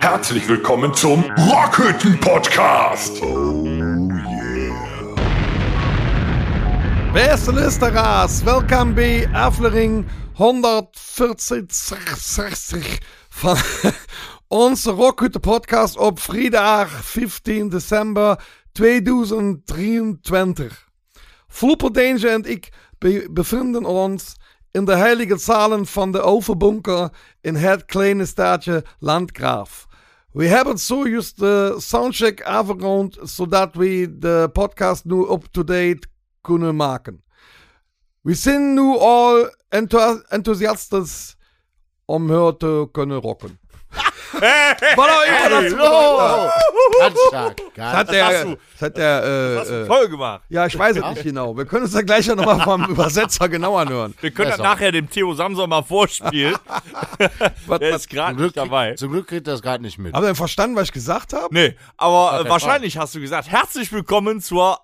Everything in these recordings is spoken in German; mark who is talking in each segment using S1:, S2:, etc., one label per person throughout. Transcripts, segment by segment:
S1: Herzlich willkommen zum Rockhütten Podcast. Oh yeah.
S2: Beste luisteraars, welkom bij aflevering 164 van onze Rockhutte podcast op vrijdag 15 december 2023. Floeper Danger en ik be- bevinden ons in de heilige zalen van de overbunker in het kleine staatje Landgraaf. We hebben zojuist de soundcheck afgerond, zodat we de podcast nu up-to-date kunnen maken. We zijn nu al enthou- enthousiast om hier te kunnen rocken. War doch immer das Wort.
S3: Ganz stark. Ganz
S2: Hat
S4: hast
S2: der,
S4: du.
S2: das hat der, äh, äh,
S4: Voll gemacht.
S2: ja, ich weiß es nicht genau. Wir können es dann gleich ja nochmal vom Übersetzer genauer anhören.
S4: Wir können das
S3: Besser.
S4: nachher dem Theo Samson mal vorspielen.
S2: Was,
S4: Der
S2: was,
S4: ist gerade Ah, nicht dabei.
S3: Zum Glück kriegt er das gerade nicht mit.
S2: habt ihr denn verstanden, was ich gesagt habe?
S4: Nee, aber äh, wahrscheinlich hast du gesagt, herzlich willkommen zur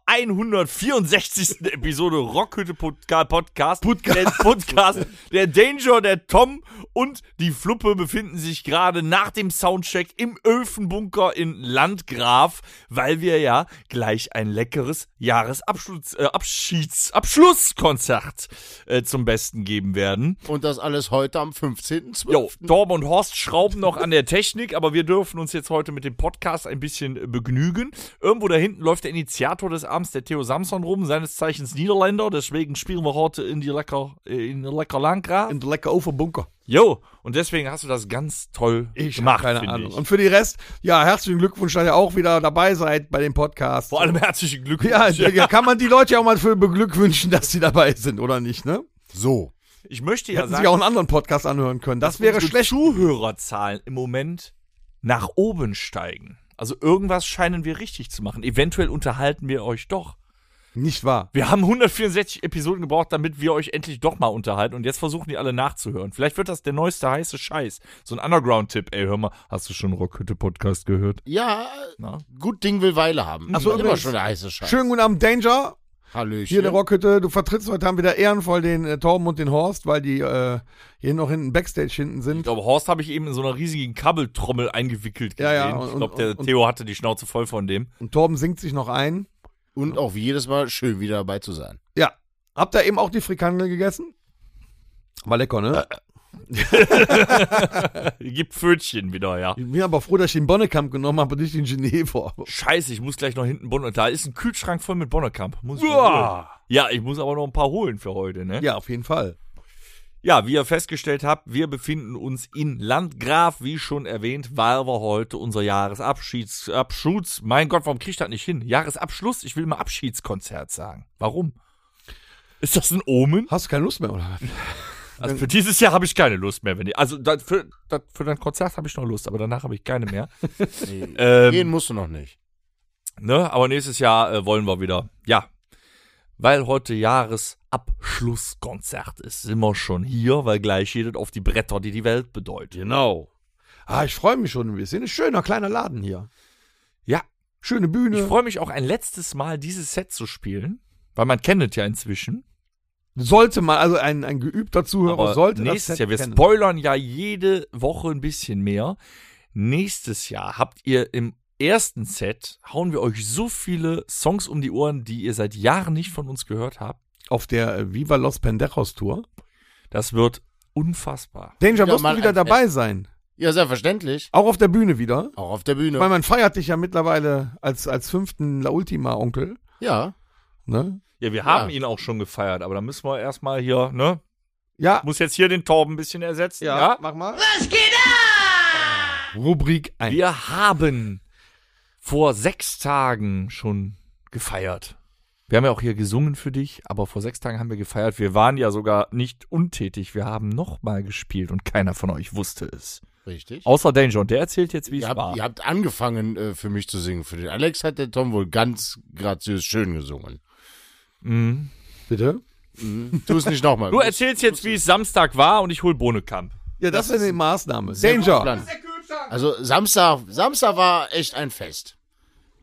S4: 164. Episode Rockhütte Podca- Podcast. Podcast. Der, Podcast. der Danger, der Tom und die Fluppe befinden sich gerade nach dem Soundcheck im Öfenbunker in Landgraf, weil wir ja gleich ein leckeres Jahresabschluss, äh, Abschieds, Abschlusskonzert äh, zum Besten geben werden.
S3: Und das alles heute am 15.12.
S4: Jo, Torben und Horst schrauben noch an der Technik, aber wir dürfen uns jetzt heute mit dem Podcast ein bisschen äh, begnügen. Irgendwo da hinten läuft der Initiator des Abends, der Theo Samson, rum, seines Zeichens Niederländer. Deswegen spielen wir heute in die lecker, äh, in die lecker Landgraf.
S2: In der lecker Bunker.
S4: Jo, und deswegen hast du das ganz toll
S2: Ich
S4: gemacht,
S2: habe keine
S4: finde
S2: Ahnung.
S4: ich.
S2: Und für die Rest, ja, herzlichen Glückwunsch, dass ihr auch wieder dabei seid bei dem Podcast.
S4: Vor allem herzlichen Glückwunsch.
S2: ja, ja, kann man die Leute ja auch mal für beglückwünschen, dass sie dabei sind, oder nicht, ne?
S3: So.
S4: ich möchte ja
S2: Hätten sich auch
S4: sagen,
S2: einen anderen Podcast anhören können. Das wäre
S4: unsere
S2: schlecht.
S4: Zuhörerzahlen im Moment nach oben steigen. Also irgendwas scheinen wir richtig zu machen. Eventuell unterhalten wir euch doch.
S2: Nicht wahr?
S4: Wir haben 164 Episoden gebraucht, damit wir euch endlich doch mal unterhalten. Und jetzt versuchen die alle nachzuhören. Vielleicht wird das der neueste heiße Scheiß. So ein Underground-Tipp. Ey, hör mal, hast du schon Rockhütte-Podcast gehört?
S3: Ja,
S4: Na?
S3: gut Ding will Weile haben.
S2: so,
S3: Ach immer
S2: übrigens.
S3: schon der heiße Scheiß.
S2: Schönen guten Abend, Danger.
S3: Hallöchen.
S2: Hier in der Rockhütte, du vertrittst heute haben wieder ehrenvoll den äh, Torben und den Horst, weil die äh, hier noch hinten Backstage hinten
S4: Ich
S2: sind.
S4: glaube, Horst habe ich eben in so einer riesigen Kabeltrommel eingewickelt
S2: Ja, ja,
S4: gesehen.
S2: und-
S4: ich glaube,
S2: und-
S4: der
S2: und-
S4: Theo hatte die Schnauze voll von dem.
S2: Und Torben singt sich noch ein.
S3: Und auch wie jedes Mal schön wieder dabei zu sein.
S2: Ja. Habt ihr eben auch die Frikandel gegessen? War lecker, ne?
S4: Äh. Gib Pfötchen wieder, ja.
S2: Ich bin aber froh, dass ich den Bonnekamp genommen habe und nicht den Geneva.
S4: Scheiße, ich muss gleich noch hinten Bonner. Da ist ein Kühlschrank voll mit Bonnerkamp. Muss ich mal holen. ja, ich muss aber noch ein paar holen für heute, ne?
S2: Ja, auf jeden Fall.
S4: Ja, wie ihr festgestellt habt, wir befinden uns in Landgraf, wie schon erwähnt, weil wir heute unser Jahresabschieds, Abschluss, mein Gott, warum krieg ich das nicht hin? Jahresabschluss, ich will mal Abschiedskonzert sagen. Warum? Ist das ein Omen?
S2: Hast du keine Lust mehr, oder?
S4: Also für dieses Jahr habe ich keine Lust mehr. Wenn ich, also das, für, das, für dein Konzert habe ich noch Lust, aber danach habe ich keine mehr.
S3: Gehen
S4: ähm,
S3: musst du noch nicht.
S4: ne? Aber nächstes Jahr äh, wollen wir wieder. Ja, weil heute Jahresabschlusskonzert ist, sind wir schon hier, weil gleich geht es auf die Bretter, die die Welt bedeuten.
S2: Genau. Ah, ich freue mich schon ein bisschen. Ist schöner kleiner Laden hier.
S4: Ja,
S2: Schöne
S4: Ich
S2: Bühne.
S4: freue mich auch ein letztes Mal, dieses Set zu spielen, weil man kennt es ja inzwischen.
S2: Sollte man, also ein, ein geübter Zuhörer sollte
S4: nächstes
S2: das
S4: Jahr, wir
S2: kennen.
S4: spoilern ja jede Woche ein bisschen mehr. Nächstes Jahr habt ihr im ersten Set, hauen wir euch so viele Songs um die Ohren, die ihr seit Jahren nicht von uns gehört habt.
S2: Auf der äh, Viva Los Pendejos Tour.
S4: Das wird unfassbar.
S2: Danger, wirst
S3: mal
S2: du wieder
S3: ein
S2: dabei sein.
S3: Ja, selbstverständlich.
S2: Auch auf der Bühne wieder.
S3: Auch auf der Bühne.
S2: Weil man feiert dich ja mittlerweile als, als fünften La Ultima-Onkel.
S3: ja.
S2: Ne?
S4: Ja, wir
S3: Ja.
S4: haben ihn auch schon gefeiert, aber da müssen wir erstmal hier, ne?
S2: Ja,
S4: Muss jetzt hier den Torben ein bisschen ersetzen.
S2: mach mal. Was geht ab? Rubrik 1.
S4: Wir haben vor sechs Tagen schon gefeiert. Wir haben ja auch hier gesungen für dich, aber vor sechs Tagen haben wir gefeiert. Wir waren ja sogar nicht untätig. Wir haben nochmal gespielt und keiner von euch wusste es.
S3: Richtig.
S4: Außer Danger und der erzählt jetzt, wie
S3: Ihr
S4: es war.
S3: habt, ihr habt angefangen, äh, für mich zu singen. Für den Alex hat der Tom wohl ganz graziös schön gesungen.
S4: Mhm.
S2: Bitte?
S3: Tu es nicht nochmal.
S4: Du erzählst jetzt, wie es Samstag war und ich hol Bohnekamp.
S2: Ja, das, ist eine Maßnahme. Danger.
S3: Plan. Also Samstag, Samstag war echt ein Fest.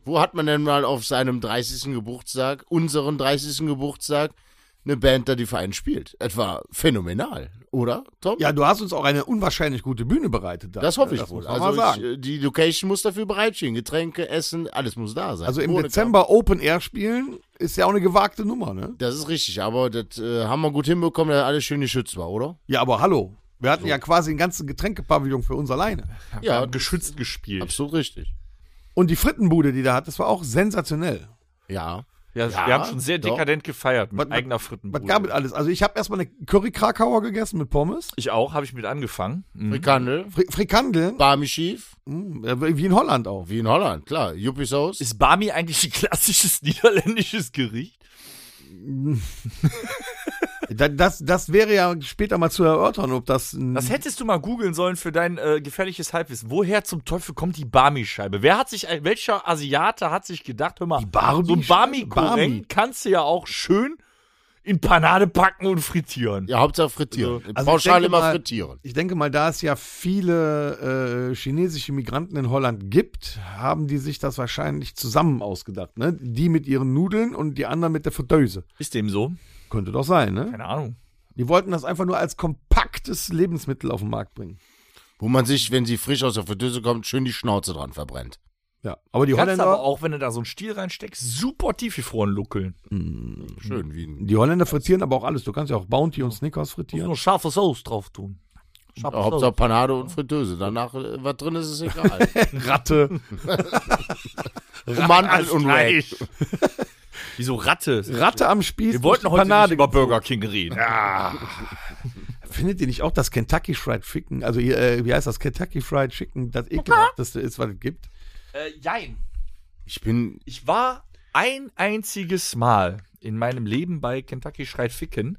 S3: Wo hat man denn mal auf seinem 30. Geburtstag, unseren 30. Geburtstag, eine Band da die für einen spielt. Etwa phänomenal, oder, Tom?
S2: Ja, du hast uns auch eine unwahrscheinlich gute Bühne bereitet. da.
S3: Das hoffe ich
S2: muss
S3: wohl.
S2: man mal
S3: Also
S2: sagen.
S3: ich, äh, die Location muss dafür bereitstehen. Getränke, Essen, alles muss da sein.
S2: also im
S3: Ohne
S2: Dezember Open Air spielen ist ja auch eine gewagte Nummer, ne?
S3: Kampf. Das ist richtig, aber das äh, haben wir gut hinbekommen, dass alles schön geschützt war, oder?
S2: Ja, aber hallo. Wir hatten ja quasi einen ganzen Getränkepavillon für uns alleine.
S3: Ja,
S4: geschützt gespielt.
S3: absolut richtig.
S2: Und die Frittenbude, die da hat, das war auch sensationell.
S3: Ja.
S4: Ja,
S3: Ja,
S4: wir haben schon sehr
S3: doch.
S4: dekadent gefeiert mit
S2: Was-
S4: eigener
S2: Was gab es
S4: Frittenbude.
S2: alles? Also ich habe erstmal eine Curry-Krakauer gegessen mit Pommes,
S4: Ich auch, habe ich mit angefangen. Mhm.
S3: Frikandel,
S2: Fri Frikandeln,
S3: Barmi schief,
S2: mm, wie in Holland auch.
S3: wie in Holland, klar. Yuppie Sauce.
S4: Ist Bami eigentlich ein klassisches niederländisches Gericht?
S2: Da- Das, das wäre ja später mal zu erörtern, ob das... ein-
S3: Mhm.
S4: Das hättest du mal googeln sollen für dein äh, gefährliches Halbwissen. Woher zum Teufel kommt die Bami-Scheibe? Wer hat sich, äh, welcher Asiate hat sich gedacht, hör mal, so ein
S2: Bami.
S4: Bami-Goreng kannst du ja auch schön in Panade packen und frittieren.
S3: Ja, Hauptsache
S4: Also,
S3: frittieren.
S2: Also ich
S3: Pauschal
S2: denke
S3: immer
S2: mal-
S3: frittieren.
S2: Ich denke mal, da es ja viele äh, chinesische Migranten in Holland gibt, haben die sich das wahrscheinlich zusammen ausgedacht. Ne? Die mit ihren Nudeln und die anderen mit der Verdöse.
S4: Ist dem so?
S2: Könnte doch sein, ne?
S4: Keine Ahnung.
S2: Die wollten das einfach nur als kompaktes Lebensmittel auf den Markt bringen.
S3: Wo man sich, wenn sie frisch aus der Verdüse kommt, schön die Schnauze dran verbrennt.
S2: Ja, aber die
S4: Kannst
S2: Holländer,
S4: aber auch, wenn du da so einen Stiel reinsteckst, super tiefgefroren luckeln.
S3: Schön, wie ein
S2: die Holländer frittieren aber auch alles. Du kannst ja auch Bounty und Snickers
S4: Muss
S2: frittieren.
S4: nur scharfe Sauce drauf tun. Scharfe
S3: Ja, Hauptsache Panade und Fritteuse. Danach, äh, was drin ist, ist egal.
S2: Ratte,
S3: Und Mantel und Rack.
S4: Fleisch. Wieso Ratte?
S2: Ratte am Spieß.
S4: Wir wollten
S2: durch die
S4: heute
S2: Panade.
S4: nicht über Burger King reden.
S2: Findet ihr nicht auch, dass Kentucky Fried Chicken, also ihr, äh, wie heißt das, Kentucky Fried Chicken, das ekelhafteste ist, was es gibt?
S4: Äh, jein.
S3: Ich bin,
S4: Ich war ein einziges Mal in meinem Leben bei Kentucky Schreit Ficken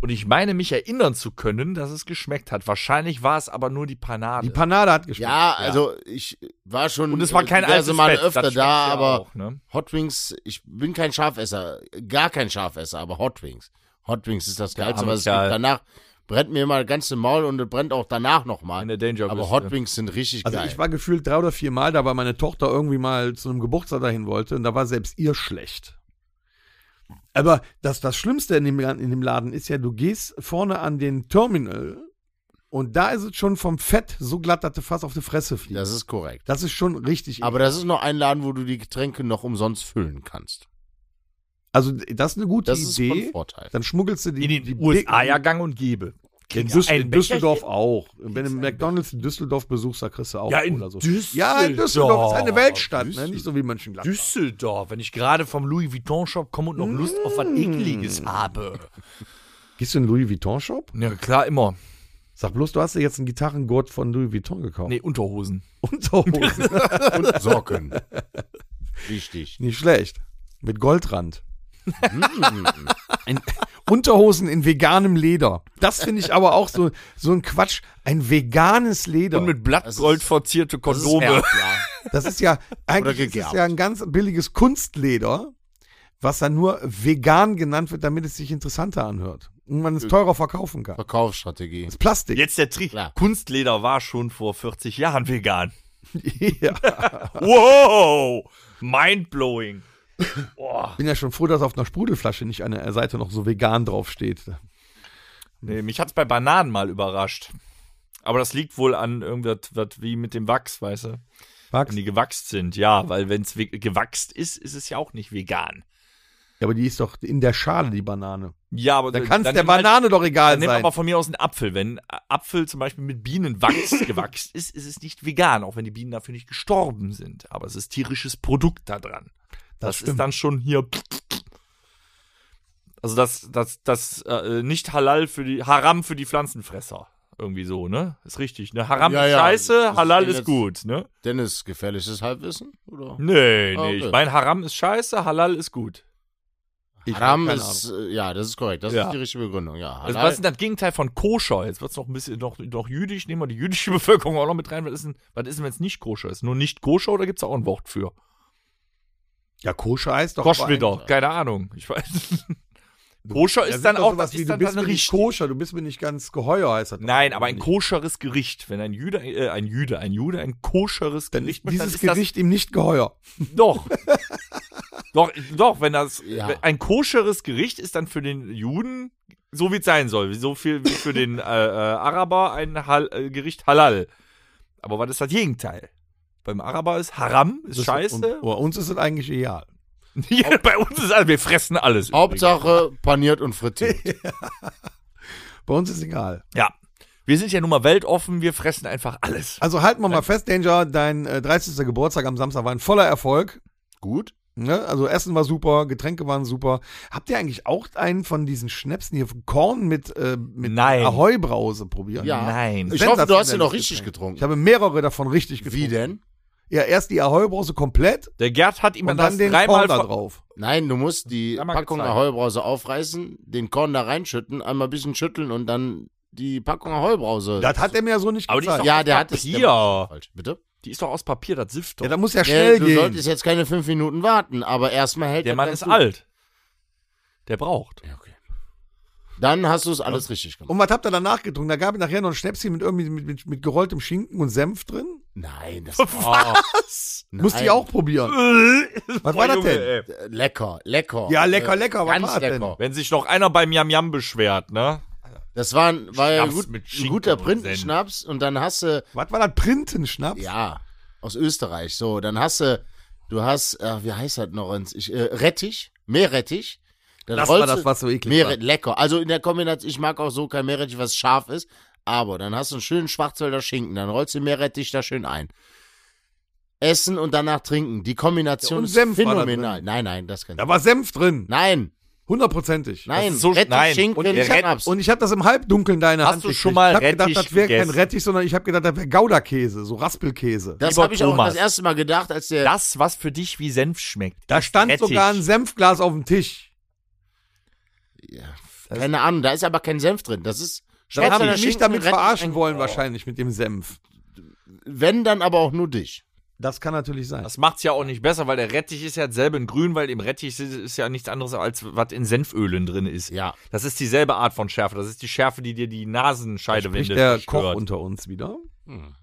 S4: und ich meine mich erinnern zu können, dass es geschmeckt hat. Wahrscheinlich war es aber nur die Panade.
S2: Die Panade hat geschmeckt.
S3: ja, also ich war schon
S4: und es war
S3: äh,
S4: kein
S3: diverse
S4: altes
S3: Male
S4: Fett, das
S3: öfter
S4: schmeckt
S3: da,
S4: ja
S3: aber
S4: auch, ne?
S3: Hot Wings, ich bin kein Schafesser, gar kein Schafesser, aber Hot Wings. Hot Wings ist das Geilste,
S4: arme
S3: was es gibt.
S4: Kerl.
S3: Danach brennt mir mal ganz im Maul und es brennt auch danach nochmal.
S4: In der Danger
S3: Aber
S4: Liste.
S3: Hot Wings sind richtig
S2: Also
S3: geil.
S2: ich war gefühlt drei oder vier Mal da, weil meine Tochter irgendwie mal zu einem Geburtstag dahin wollte und da war selbst ihr schlecht. Aber das, das Schlimmste in dem, in dem Laden ist ja, du gehst vorne an den Terminal und da ist es schon vom Fett so glatt, dass du fast auf die Fresse fliegst.
S3: das ist korrekt.
S2: Das ist schon richtig.
S3: Aber das ist noch ein Laden, wo du die Getränke noch umsonst füllen kannst.
S2: also das ist eine gute
S3: Das ist von
S2: Idee.
S3: Vorteil.
S2: Dann schmuggelst du die
S4: in den
S2: die
S4: USA
S2: dicken-
S4: ja gang und gäbe.
S2: In,
S4: Kriegst
S2: Düs
S4: ein
S2: in Düsseldorf
S4: Becherchen?
S2: auch. Wenn du McDonalds in Düsseldorf besuchst, da kriegst du auch
S4: Ja, in
S2: oder so.
S4: Düsseldorf.
S2: Ja, in Düsseldorf ist eine Weltstadt, ne? nicht so wie Mönchengladbach.
S4: Düsseldorf, wenn ich gerade vom Louis Vuitton Shop komme und noch Lust auf was Ekeliges habe.
S2: Gehst du in den Louis Vuitton Shop?
S4: Ja, klar, immer.
S2: Sag bloß, du hast dir jetzt einen Gitarrengurt von Louis Vuitton gekauft.
S4: Nee, Unterhosen.
S2: Unterhosen.
S3: und Socken. Wichtig.
S2: Nicht schlecht. Mit Goldrand. Ein, Mm. Unterhosen in veganem Leder. Das finde ich aber auch so, so ein Quatsch. Ein veganes Leder.
S4: Und mit Blattgold
S3: ist-
S4: verzierte
S3: Das ist
S4: Kondome.
S3: Erbla.
S2: das ist ja
S3: Oder
S2: eigentlich ist
S3: gegerbt.
S2: es ja ein ganz billiges Kunstleder, was dann nur vegan genannt wird, damit es sich interessanter anhört. Und man es teurer verkaufen kann.
S3: Verkaufsstrategie.
S2: Das ist Plastik.
S4: Jetzt der Trick.
S3: Klar.
S4: Kunstleder war schon vor 40 Jahren vegan.
S2: ja.
S4: Wow! Mindblowing. Boah.
S2: Bin ja schon froh, dass auf einer Sprudelflasche nicht an der Seite noch so vegan draufsteht.
S4: Nee, mich hat's bei Bananen mal überrascht. Aber das liegt wohl an irgendwas was wie mit dem Wachs, weißt du?
S2: Max?
S4: Wenn die gewachst sind, ja, weil wenn's we- gewachst ist, ist es ja auch nicht vegan.
S2: Ja, aber die ist doch in der Schale, die Banane.
S4: Ja, aber
S2: Dann kann es der
S4: nimm halt-
S2: Banane doch egal
S4: Dann nimm
S2: sein.
S4: aber von mir aus einen Apfel. Wenn Apfel zum Beispiel mit Bienenwachs gewachst ist, ist es nicht vegan, auch wenn die Bienen dafür nicht gestorben sind. Aber es ist tierisches Produkt da dran.
S2: Das
S4: Das,
S2: stimmt.
S4: ist dann schon hier. Also das, das, das äh, nicht halal für die Haram für die Pflanzenfresser. Irgendwie so, ne? Ist richtig. Ne? Haram
S3: Ja,
S4: ist
S3: ja,
S4: scheiße,
S3: das
S4: halal
S3: klingt
S4: ist
S3: jetzt-
S4: gut, ne?
S3: Dennis, gefährliches Halbwissen? Oder?
S2: Hm,
S4: Nee, nee.
S3: Ah, okay.
S4: Ich meine, Haram ist scheiße, halal ist gut.
S2: Ich hab
S3: Haram
S2: keine
S3: ist,
S2: Ahnung.
S3: äh, ja, das ist korrekt. Das
S4: Ja.
S3: ist die richtige Begründung, ja.
S4: Also,
S3: Halal-
S4: was ist denn das Gegenteil von koscher? Jetzt wird's noch ein bisschen noch, noch jüdisch, nehmen wir die jüdische Bevölkerung auch noch mit rein. Was ist denn, was ist denn wenn es nicht koscher ist? Nur nicht koscher oder gibt's da auch ein Wort für?
S2: Ja, Koscher heißt doch. aber
S4: Koschwitter, keine Ahnung. Ich weiß. koscher
S2: eigentlich-
S4: ist
S2: Da
S4: dann
S2: sind doch
S4: auch
S2: sowas
S4: was
S2: wie,
S4: ist
S2: du
S4: dann
S2: bist
S4: dann
S2: mir nicht
S4: richtig.
S2: koscher, du bist mir nicht ganz geheuer, heißt das. doch.
S4: Nein, aber ein koscheres Gericht. Wenn ein Jude, äh, ein Jude, ein Jude ein koscheres
S2: Dann
S4: Gericht
S2: ist
S4: macht, dann
S2: dieses
S4: ist das
S2: Gericht ihm nicht geheuer.
S4: doch. Doch, doch, wenn das
S3: Ja.
S4: wenn ein koscheres Gericht ist dann für den Juden so wie es sein soll, so viel wie für den äh, äh, Araber ein Hal äh, Gericht halal. Aber was ist das Gegenteil? Beim Araber ist Haram, ist
S2: Das-
S4: Scheiße.
S2: Und, oh, uns ist es eigentlich egal.
S4: Hier, bei uns ist alles, wir fressen alles.
S3: Hauptsache paniert und frittiert.
S2: Bei uns ist egal.
S4: übrigens. Ja. Wir sind ja nun mal weltoffen, wir fressen einfach alles.
S2: Also halten wir mal fest, Danger, dein äh, 30. Geburtstag am Samstag war ein voller Erfolg.
S3: Gut.
S2: Ne? Also Essen war super, Getränke waren super. Habt ihr eigentlich auch einen von diesen Schnäpsen hier von Korn mit, äh, mit
S4: Nein.
S2: Ahoi-Brause probiert?
S3: Ja.
S4: Nein.
S3: Ich hoffe, du hast ihn
S2: Sensationelles
S3: auch richtig
S2: Getränk.
S3: getrunken.
S2: Ich habe mehrere davon richtig getrunken.
S3: Wie denn?
S2: Ja, erst die Ahoi-Brause komplett
S4: Der Gerd hat ihm
S2: und
S4: das
S2: dann den
S4: dreimal
S2: Korn da
S4: ver-
S2: drauf.
S3: Nein, du musst die
S4: Einmal
S3: Packung
S4: gezeigt.
S3: Ahoi-Brause aufreißen, den Korn da reinschütten, einmal ein bisschen schütteln und dann die Packung Ahoi-Brause.
S2: Das hat er mir ja so nicht
S4: Aber die ist
S2: gezeigt.
S4: doch
S3: Ja,
S4: aus
S3: der hat es-
S4: Papier.
S3: der macht Falsch, bitte?
S4: Die ist doch aus Papier, das sifft doch.
S2: ja, da muss ja
S3: Ja,
S2: schnell
S3: du
S2: gehen.
S3: solltest jetzt keine fünf Minuten warten, aber erstmal hält
S4: der
S3: das
S4: Mann
S3: ganz
S4: ist
S3: gut.
S4: alt. Der braucht.
S3: Ja, okay. Dann hast du es alles richtig gemacht.
S2: Und was habt ihr danach getrunken? Da gab es nachher noch ein Schnäpschen mit irgendwie mit, mit, mit gerolltem Schinken und Senf drin.
S3: Nein, das äh,
S4: Ah. Was?
S3: nein.
S2: Musste ich auch probieren.
S4: Was
S2: Was war das denn?
S3: Lecker, lecker.
S2: Ja, lecker,
S3: Äh,
S2: lecker, was
S3: Ganz
S2: war das denn?
S3: lecker.
S4: Wenn sich noch einer beim Yam Yam beschwert, ne?
S3: Das war, ein- war ja
S4: Schnaps
S3: gut,
S4: mit
S3: ein
S4: Schinken
S3: guter
S4: und
S3: Printenschnaps und dann hast du,
S2: Was war das? Printenschnaps?
S3: ja, aus Österreich, so, dann hast du, du hast, äh, wie heißt das noch? ins- Ich, äh, Rettich, Meerrettich. Dann
S2: Das war
S3: rollst
S2: das,
S3: du-
S2: was so eklig
S3: Meerre-
S2: war.
S3: Lecker. Also in der Kombination, ich mag auch so kein Meerrettich, was scharf ist, aber dann hast du einen schönen Schwarzwälder Schinken, dann rollst du Meerrettich da schön ein. Essen und danach trinken. Die
S2: Ja,
S3: Kombination
S2: und
S3: ist
S2: Senf war da
S3: phänomenal. Nein, nein, das kann
S2: Da war Senf drin.
S3: Nein,
S2: Hundertprozentig.
S3: nein,
S4: ist so-
S3: Rettich,
S4: nein.
S3: Schinken
S4: Und
S3: und
S4: der Rett-
S3: Schnaps.
S2: Und ich habe das im Halbdunkeln deiner
S4: Hast
S2: Hand
S4: du
S2: gekriegt.
S4: schon mal
S2: Ich habe gedacht,
S4: Rettich
S2: das wäre kein
S4: gegessen?
S2: Rettich, sondern ich habe gedacht, das wäre Gouda-Käse, so Raspelkäse.
S3: Das
S4: Lieber
S3: habe ich auch
S4: Thomas.
S3: das erste Mal gedacht, als der.
S4: Das, was für dich wie Senf schmeckt.
S2: da stand
S4: Rettich.
S2: sogar ein Senfglas auf dem Tisch.
S3: keine Ahnung, da ist aber kein Senf drin. Das ist.
S2: Da haben
S3: Schwarzwälder
S2: die mich
S3: Schinken,
S2: damit
S3: Rettich,
S2: verarschen
S3: ein-
S2: wollen, wahrscheinlich mit dem Senf.
S3: Wenn, dann aber auch nur dich.
S2: Das kann natürlich sein.
S4: Das macht's ja auch nicht besser, weil der Rettich ist ja selber in Grün, weil im Rettich ist- ist ja nichts anderes, als was in Senfölen drin ist.
S3: Ja.
S4: Das ist dieselbe Art von Schärfe. Das ist die Schärfe, die dir die
S2: Spricht
S4: Nasenscheidewinde
S2: der
S4: zerstört.
S2: Koch unter uns wieder.